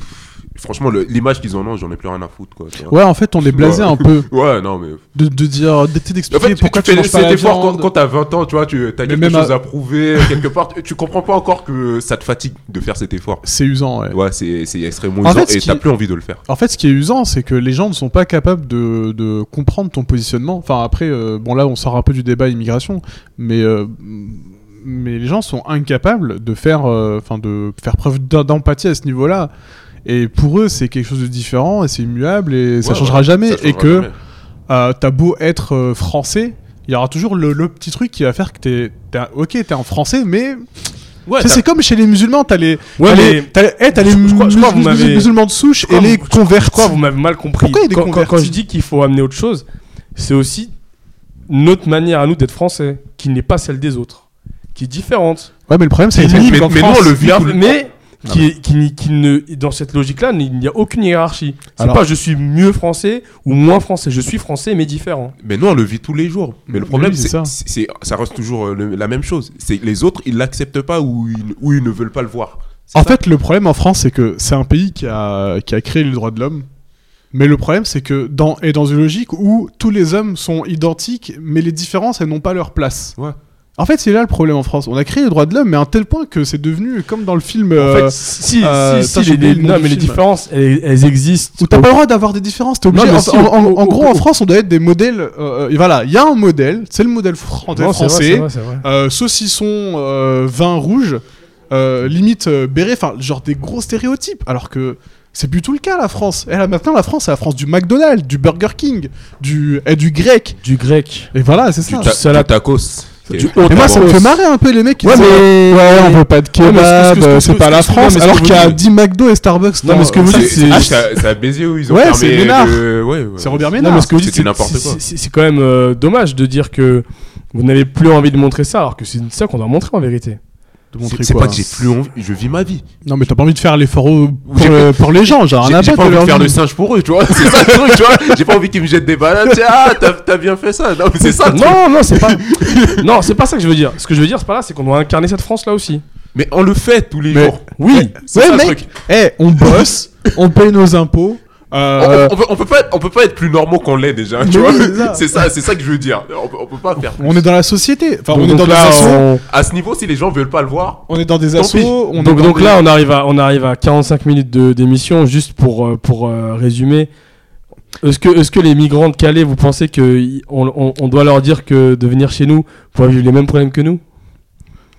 Speaker 2: franchement, le- l'image qu'ils en ont, j'en ai plus rien à foutre. Quoi, tu vois.
Speaker 1: Ouais, en fait, on est blasé
Speaker 2: Ouais.
Speaker 1: un peu
Speaker 2: ouais, non, mais
Speaker 1: de, de dire, de-
Speaker 2: En
Speaker 1: d'expliquer
Speaker 2: fait, tu-
Speaker 1: pourquoi tu
Speaker 2: tu fais
Speaker 1: manges pas
Speaker 2: cet
Speaker 1: la
Speaker 2: effort quand,
Speaker 1: viande.
Speaker 2: quand t'as 20 ans, tu vois, tu as quelque
Speaker 1: même
Speaker 2: chose
Speaker 1: à-
Speaker 2: à... prouver quelque part. Tu, tu comprends pas encore que ça te fatigue de faire cet effort.
Speaker 1: C'est usant, ouais.
Speaker 2: Ouais, c'est c'est extrêmement
Speaker 1: En
Speaker 2: usant
Speaker 1: fait, ce
Speaker 2: et t'as
Speaker 1: qui-
Speaker 2: plus envie de le faire.
Speaker 1: En fait, ce qui est usant, c'est que les gens ne sont pas capables de, de comprendre ton positionnement. Enfin, après, euh, bon, là, on sort un peu du débat immigration, mais. euh, mais les gens sont incapables de faire, euh, enfin de faire preuve d'em- d'empathie à ce niveau-là. Et pour eux, c'est quelque chose de différent et c'est immuable et ça
Speaker 2: Ouais,
Speaker 1: changera
Speaker 2: ouais,
Speaker 1: jamais.
Speaker 2: ça
Speaker 1: et
Speaker 2: changera
Speaker 1: que
Speaker 2: jamais.
Speaker 1: Euh, t'as beau être euh, français, il y aura toujours le, le petit truc qui va faire que t'es. t'es- ok, t'es en français, mais.
Speaker 2: Ouais,
Speaker 1: Tu sais,
Speaker 2: t'as-
Speaker 1: c'est comme chez les musulmans, t'as les.
Speaker 3: Ouais,
Speaker 1: t'as
Speaker 3: mais-
Speaker 1: les, t'as les- eh, t'as les
Speaker 3: Je crois- je crois que vous
Speaker 1: mus- mus-
Speaker 3: m'avez-
Speaker 1: musulmans de souche
Speaker 3: crois
Speaker 1: et les
Speaker 3: que vous- Je
Speaker 1: convertis.
Speaker 3: crois que vous m'avez mal compris.
Speaker 1: Pourquoi il y a des
Speaker 3: quand, quand-
Speaker 1: convertis
Speaker 3: quand je dis qu'il faut amener autre chose, c'est aussi notre manière à nous d'être français, qui n'est pas celle des autres, qui est différente.
Speaker 1: Ouais, mais le problème, c'est
Speaker 2: Mais-
Speaker 1: que
Speaker 2: mais-
Speaker 1: nous, en
Speaker 2: mais nous,
Speaker 1: France-
Speaker 2: on le vit
Speaker 3: Mais-
Speaker 2: tout le-
Speaker 3: mais qui, est- qui, n'y- qui ne, dans cette logique-là, il n'y a aucune hiérarchie. C'est
Speaker 1: Alors-
Speaker 3: pas je suis mieux français ou moins français. Je suis français mais différent.
Speaker 2: Mais nous, on le vit tous les jours. Mais le
Speaker 1: Mais
Speaker 2: problème,
Speaker 1: Mm. oui, c'est
Speaker 2: c'est
Speaker 1: ça.
Speaker 2: c'est- c'est- ça reste toujours euh, le- la même chose. C'est que les autres, ils l'acceptent pas ou ils, ou ils ne veulent pas le voir. C'est
Speaker 1: En
Speaker 2: ça.
Speaker 1: fait, le problème en France, c'est que c'est un pays qui a, qui a créé les droits de l'homme. Mais le problème, c'est que dans, et dans une logique où tous les hommes sont identiques, mais les différences, elles n'ont pas leur place.
Speaker 2: Ouais.
Speaker 1: En fait, c'est là le problème en France. On a créé les droits de l'homme, mais à un tel point que c'est devenu comme dans le film.
Speaker 3: en
Speaker 1: euh,
Speaker 3: fait, si,
Speaker 1: euh,
Speaker 3: si, si,
Speaker 1: putain, j'ai
Speaker 3: les-
Speaker 1: oublié
Speaker 3: les,
Speaker 1: le nom
Speaker 3: non,
Speaker 1: du
Speaker 3: mais les
Speaker 1: film.
Speaker 3: différences, elles, elles existent.
Speaker 1: Où t'as pas le droit d'avoir des différences, t'es obligé.
Speaker 3: Non,
Speaker 1: en,
Speaker 3: mais si,
Speaker 1: en-
Speaker 3: au-
Speaker 1: en-
Speaker 3: au-
Speaker 1: en gros, en
Speaker 3: au-
Speaker 1: France, on doit être des modèles. euh, euh, et voilà, il y a un modèle, c'est le modèle fran-
Speaker 3: Non, c'est vrai,
Speaker 1: français.
Speaker 3: c'est vrai, c'est vrai.
Speaker 1: euh, saucisson, euh, vin rouge, euh, limite euh, béret, enfin, genre des gros stéréotypes. Alors que c'est plus tout le cas, la France. Et là, maintenant, la France, c'est la France du McDonald's, du Burger King, du, et du grec.
Speaker 3: Du grec.
Speaker 1: Et voilà, c'est
Speaker 2: Du,
Speaker 1: ça.
Speaker 2: ta-
Speaker 3: salade.
Speaker 2: du tacos.
Speaker 3: Du
Speaker 2: Qui est-
Speaker 1: Et moi, ça me fait marrer un peu les mecs qui disent
Speaker 3: mais.
Speaker 1: Ouais, on veut pas de
Speaker 3: Ouais,
Speaker 1: kebab,
Speaker 3: mais ce que- ce que- ce que-
Speaker 1: euh,
Speaker 3: ce
Speaker 1: c'est
Speaker 3: que-
Speaker 1: pas la
Speaker 3: ce que-
Speaker 1: France.
Speaker 3: non, mais ce
Speaker 1: alors
Speaker 3: que
Speaker 1: qu'il y a
Speaker 3: vous-
Speaker 1: 10 McDo et Starbucks.
Speaker 3: Non, mais ce que
Speaker 1: dans-
Speaker 3: vous
Speaker 1: ça,
Speaker 2: C'est- ah,
Speaker 1: c'est-
Speaker 2: C'est
Speaker 3: dites, c'est-
Speaker 2: c'est à- c'est à baiser où ils ont
Speaker 1: Ouais,
Speaker 2: fermé
Speaker 1: c'est Ménard.
Speaker 2: le- ouais, ouais.
Speaker 1: C'est Robert
Speaker 3: Non,
Speaker 1: Ménard.
Speaker 3: mais ce que vous dites,
Speaker 2: C'était
Speaker 3: c'est-
Speaker 2: n'importe
Speaker 3: c'est-
Speaker 2: quoi.
Speaker 3: C'est c'est quand même euh, dommage de dire que vous n'avez plus envie de montrer ça, alors que c'est ça qu'on doit montrer en vérité.
Speaker 1: De
Speaker 2: C'est-
Speaker 1: montrer
Speaker 2: C'est
Speaker 1: quoi,
Speaker 2: pas que j'ai plus envie, je vis ma vie.
Speaker 1: Non, mais t'as pas envie de faire l'effort au- pour,
Speaker 2: J'ai-
Speaker 1: le- pour les gens, genre un
Speaker 2: J'ai j'ai
Speaker 1: abat
Speaker 2: pas envie de faire le singe pour eux, tu vois. C'est ça le truc, tu vois. J'ai pas envie qu'ils me jettent des balades. Tiens, ah, t'as t'as bien fait ça. Non, mais c'est ça. le truc.
Speaker 3: Non, non, c'est pas. non, c'est pas ça que je veux dire. Ce que je veux dire, c'est pas là, c'est qu'on doit incarner cette France-là aussi.
Speaker 2: Mais on le fait tous les
Speaker 1: Mais-
Speaker 2: jours.
Speaker 1: Oui,
Speaker 2: C'est
Speaker 1: ouais,
Speaker 2: ça, le
Speaker 1: mec.
Speaker 2: truc.
Speaker 1: Eh, on bosse, on paye nos impôts.
Speaker 2: On,
Speaker 1: euh,
Speaker 2: on- on peut, on peut pas, être- on peut pas être plus normaux qu'on l'est déjà,
Speaker 1: Mais
Speaker 2: tu
Speaker 1: oui, c'est
Speaker 2: vois.
Speaker 1: ça.
Speaker 2: C'est ça, c'est ça que je veux dire. On, peut- on peut pas faire.
Speaker 1: On est dans la société. Enfin,
Speaker 3: Donc-
Speaker 1: on est
Speaker 3: donc
Speaker 1: dans des
Speaker 3: là,
Speaker 1: assos.
Speaker 3: on-
Speaker 2: À ce niveau, si les gens veulent pas le voir,
Speaker 1: On est dans des
Speaker 2: Tant pis.
Speaker 1: assos. On est
Speaker 3: Donc,
Speaker 1: dans
Speaker 3: donc
Speaker 1: des-
Speaker 3: là, on arrive, à, on arrive à 45 minutes de- d'émission, juste pour, euh, pour euh, résumer. Est-ce que, est que les migrants de Calais, vous pensez qu'on on, on doit leur dire que de venir chez nous pour vivre les mêmes problèmes que nous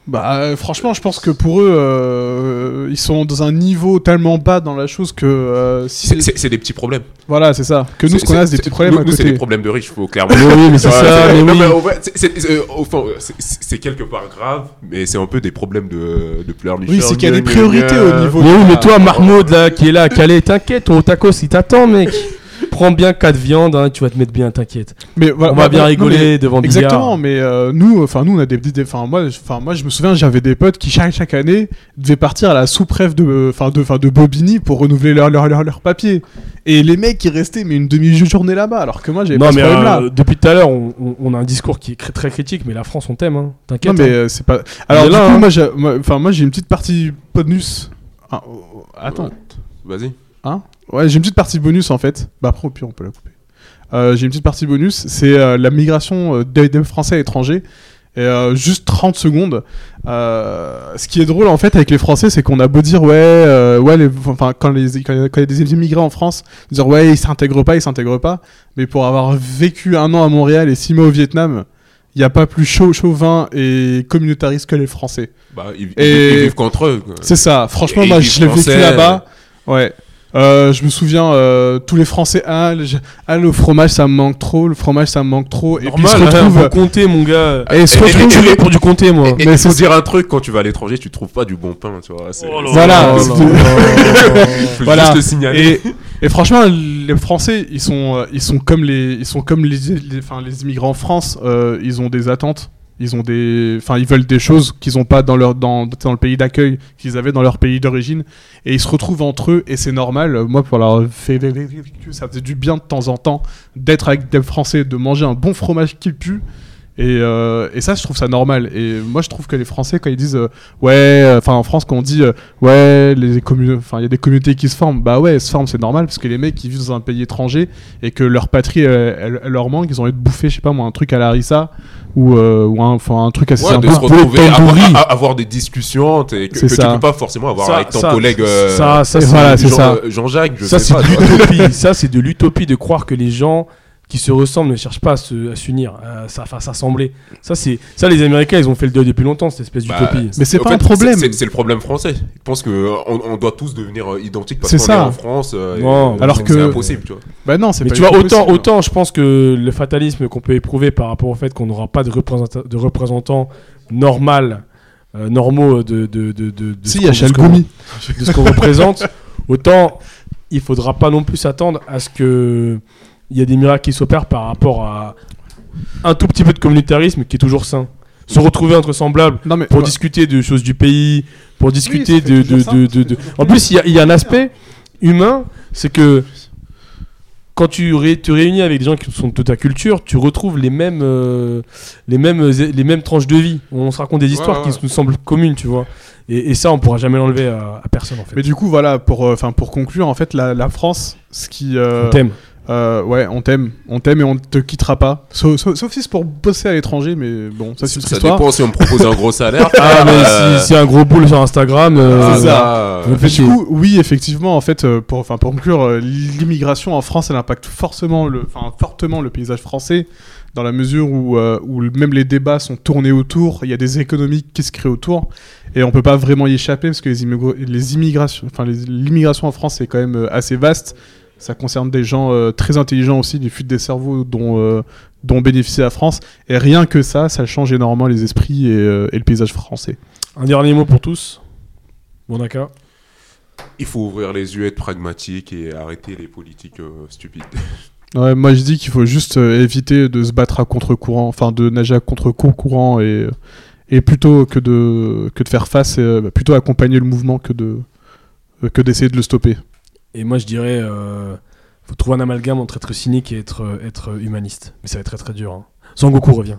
Speaker 1: Bah, euh, franchement, je pense que pour eux, euh, ils sont dans un niveau tellement bas dans la chose que euh, si.
Speaker 2: c'est- c'est c'est des petits problèmes.
Speaker 1: Voilà, c'est ça. Que nous, ce qu'on a, c'est des petits problèmes
Speaker 2: Nous,
Speaker 1: à
Speaker 2: nous, c'est
Speaker 1: côté.
Speaker 2: des problèmes de riches, faut clairement.
Speaker 3: Mais oui, mais c'est
Speaker 2: Voilà,
Speaker 3: ça,
Speaker 2: c'est-
Speaker 3: mais
Speaker 2: non,
Speaker 3: oui.
Speaker 2: mais au fait, c'est- c'est- c'est- euh, au fond, c'est- c'est c'est quelque part grave, mais c'est un peu des problèmes de, de pleurnicheur.
Speaker 1: Oui, c'est qu'il y a des
Speaker 2: gna, gna,
Speaker 1: priorités
Speaker 2: gna.
Speaker 1: au niveau.
Speaker 3: Mais oui, mais
Speaker 1: Ah.
Speaker 3: toi, Marmaud, là, qui est là à Calais, t'inquiète, ton tacos, il t'attend, mec. Prends bien 4 viandes, hein, tu vas te mettre bien, t'inquiète.
Speaker 1: Mais voilà,
Speaker 3: on va
Speaker 1: bah,
Speaker 3: bien
Speaker 1: non,
Speaker 3: rigoler
Speaker 1: mais-
Speaker 3: devant Billard.
Speaker 1: Exactement, mais euh, nous, enfin nous, on a des, des- des- enfin moi, je- enfin moi, je me souviens, j'avais des potes qui chaque, chaque année devaient partir à la sous-préf de, enfin de, enfin de Bobigny pour renouveler leur leur, leur, leur papier. Et les mecs, ils restaient mais une demi-journée là-bas, alors que moi, j'avais
Speaker 3: Non,
Speaker 1: pas ce
Speaker 3: mais
Speaker 1: problème-là.
Speaker 3: euh, depuis tout à l'heure, on, on- on a un discours qui est cr- très critique, mais la France, on t'aime, hein.
Speaker 1: Non
Speaker 3: t'inquiète.
Speaker 1: mais
Speaker 3: hein.
Speaker 1: euh, c'est pas. Alors
Speaker 3: est
Speaker 1: du
Speaker 3: là,
Speaker 1: coup,
Speaker 3: hein.
Speaker 1: moi, j'ai- moi, enfin moi, j'ai une petite partie bonus. Ah, oh, oh, attends,
Speaker 2: Vas-y.
Speaker 1: hein Ouais, j'ai une petite partie bonus en fait. Bah après, au pire, on peut la couper. Euh, j'ai une petite partie bonus, c'est euh, la migration euh, des, des Français à l'étranger. Et, euh, juste 30 secondes. Euh, ce qui est drôle en fait avec les Français, c'est qu'on a beau dire ouais, euh, ouais, les- enfin quand les quand il y a- quand il y a des immigrés en France, dire ouais, ils s'intègrent pas, ils s'intègrent pas. Mais pour avoir vécu un an à Montréal et six mois au Vietnam, il n'y a pas plus chaud, chauvin et communautariste que les Français.
Speaker 2: Bah, ils,
Speaker 1: Et-
Speaker 2: ils vivent contre eux. quoi.
Speaker 1: C'est ça. Franchement,
Speaker 2: Et
Speaker 1: moi,
Speaker 2: puis
Speaker 1: je l'ai vécu
Speaker 2: français,
Speaker 1: là-bas. Ouais. Euh, je me souviens, euh, tous les Français, ah le, ah, le fromage, ça me manque trop, le fromage, ça me manque trop. Et puis, euh, ils se
Speaker 3: Normal, hein,
Speaker 1: retrouvent.
Speaker 3: faut compter, mon gars.
Speaker 1: Et ils se
Speaker 2: Et- et-
Speaker 3: Je
Speaker 1: retrouvent.
Speaker 2: et-
Speaker 3: pour du compter, moi.
Speaker 2: Et
Speaker 1: Mais
Speaker 2: il
Speaker 1: c'est-
Speaker 2: faut dire un truc, quand tu vas à l'étranger, tu trouves pas du bon pain, tu vois. c'est-
Speaker 1: Voilà.
Speaker 3: Oh là
Speaker 1: c'est-
Speaker 3: là.
Speaker 2: Faut
Speaker 1: Voilà.
Speaker 2: juste le signaler.
Speaker 1: Et, et franchement, les Français, ils sont, euh, ils sont comme les, ils sont comme les, les- enfin, les immigrants en France. euh, ils ont des attentes, ils ont des, enfin, ils veulent des choses qu'ils n'ont pas dans leur, dans, dans le pays d'accueil qu'ils avaient dans leur pays d'origine. Et ils se retrouvent entre eux, et c'est normal. Euh, Moi, pour leur fait ça faisait du bien de temps en temps d'être avec des Français, de manger un bon fromage qui pue. Et, euh, et ça, je trouve ça normal. Et moi, je trouve que les Français, quand ils disent euh, ouais, euh, enfin en France, quand on dit euh, ouais, les commun- enfin il y a des communautés qui se forment, bah ouais, elles se forment, c'est normal parce que les mecs qui vivent dans un pays étranger et que leur patrie euh, elle, elle leur manque, ils ont envie de bouffer, je sais pas moi, un truc à la harissa ou, euh, ou un, enfin, un truc assez
Speaker 2: Ouais, de
Speaker 1: sympa.
Speaker 2: se retrouver,
Speaker 1: Poulet
Speaker 2: avoir,
Speaker 1: tandoori.
Speaker 2: à- à- avoir des discussions t'es- que,
Speaker 1: C'est
Speaker 2: que tu
Speaker 1: ça.
Speaker 2: peux pas forcément avoir
Speaker 3: Ça-
Speaker 2: avec ton
Speaker 3: ça-
Speaker 2: collègue. euh,
Speaker 3: ça- ça,
Speaker 2: Jean-
Speaker 1: c'est- voilà, c'est
Speaker 2: Jean-
Speaker 1: ça.
Speaker 2: euh, Jean-Jacques, je
Speaker 3: Ça,
Speaker 2: sais
Speaker 3: c'est
Speaker 2: pas.
Speaker 3: de
Speaker 2: tu vois.
Speaker 3: l'utopie. Ça, c'est de l'utopie de croire que les gens qui se ressemblent ne cherchent pas à se- à s'unir, à s'a- à s'assembler. Ça, c'est ça, les Américains, ils ont fait le deuil depuis longtemps, cette espèce
Speaker 2: Bah,
Speaker 3: d'utopie.
Speaker 1: Mais c'est
Speaker 2: Au
Speaker 1: pas
Speaker 2: fait,
Speaker 1: un problème.
Speaker 2: C'est c'est le problème français. Je pense qu'on on doit tous devenir euh, identiques parce
Speaker 1: C'est
Speaker 2: qu'on est
Speaker 1: ça.
Speaker 2: en France. euh, et,
Speaker 3: Non,
Speaker 2: euh,
Speaker 1: alors
Speaker 2: c'est-
Speaker 1: que-
Speaker 2: c'est impossible, tu vois.
Speaker 1: Bah non, c'est
Speaker 3: Mais
Speaker 1: pas
Speaker 3: tu vois,
Speaker 1: du tout
Speaker 3: autant,
Speaker 2: hein.
Speaker 1: possible.
Speaker 3: autant, je pense que le fatalisme qu'on peut éprouver par rapport au fait qu'on n'aura pas de, représenta- de représentants normal, euh, normaux de, de, de, de, de
Speaker 1: Si,
Speaker 3: ce
Speaker 1: il y a
Speaker 3: qu'on- de ce qu'on-
Speaker 1: Chalgoumi.
Speaker 3: de ce qu'on représente, autant il faudra pas non plus s'attendre à ce que il y a des miracles qui s'opèrent par rapport à un tout petit peu de communautarisme qui est toujours sain. Se retrouver entre semblables
Speaker 1: Non mais
Speaker 3: pour
Speaker 1: ouais.
Speaker 3: discuter de choses du pays, pour discuter
Speaker 1: ça fait
Speaker 3: de,
Speaker 1: toujours
Speaker 3: de-
Speaker 1: ça,
Speaker 3: de-
Speaker 1: ça fait
Speaker 3: de- de-
Speaker 1: toujours
Speaker 3: En plus, il y a- il y, a un aspect humain, c'est que quand tu ré- te réunis avec des gens qui sont de ta culture, tu retrouves les mêmes, euh, les mêmes, les mêmes tranches de vie. On se raconte des histoires
Speaker 2: ouais, ouais.
Speaker 3: qui nous semblent communes, tu vois. Et, et ça, on pourra jamais l'enlever à, à personne, en fait.
Speaker 1: Mais du coup, voilà, pour, euh, enfin pour conclure, en fait, la, la France, ce qui.
Speaker 3: On
Speaker 1: euh,
Speaker 3: t'aime.
Speaker 1: euh, ouais, on t'aime, on t'aime et on te quittera pas. Sauf, sauf- sauf si c'est pour bosser à l'étranger, mais bon, ça c'est une autre
Speaker 2: Ça
Speaker 1: histoire.
Speaker 2: dépend si on me propose un gros salaire.
Speaker 3: Ah, mais
Speaker 2: euh,
Speaker 3: si, si un gros boule sur Instagram. euh,
Speaker 1: c'est ça.
Speaker 2: là,
Speaker 3: Le
Speaker 2: euh,
Speaker 3: fait
Speaker 1: Du coup, oui, effectivement, en fait, euh, pour, enfin, pour conclure, euh, l'immigration en France, elle impacte forcément le, enfin, fortement le paysage français, dans la mesure où, euh, où le- même les débats sont tournés autour, il y a des économies qui se créent autour, et on peut pas vraiment y échapper, parce que les, immigr- les immigrations, enfin, les- l'immigration en France est quand même euh, assez vaste, ça concerne des gens euh, très intelligents aussi, des fuites des cerveaux dont, euh, dont bénéficie la France, et rien que ça, ça change énormément les esprits et, euh, et le paysage français.
Speaker 3: Un dernier mot pour tous. Bonaka.
Speaker 2: il faut ouvrir les yeux, être pragmatique et arrêter les politiques euh, stupides.
Speaker 1: Ouais, moi je dis qu'il faut juste euh, éviter de se battre à contre-courant, enfin de nager à contre-courant et, euh, et plutôt que de, que de faire face, euh, bah, plutôt accompagner le mouvement que de euh, que d'essayer de le stopper.
Speaker 3: Et moi, je dirais, euh, faut trouver un amalgame entre être cynique et être, euh, être humaniste. Mais ça va être très très dur. Hein. Son Goku revient.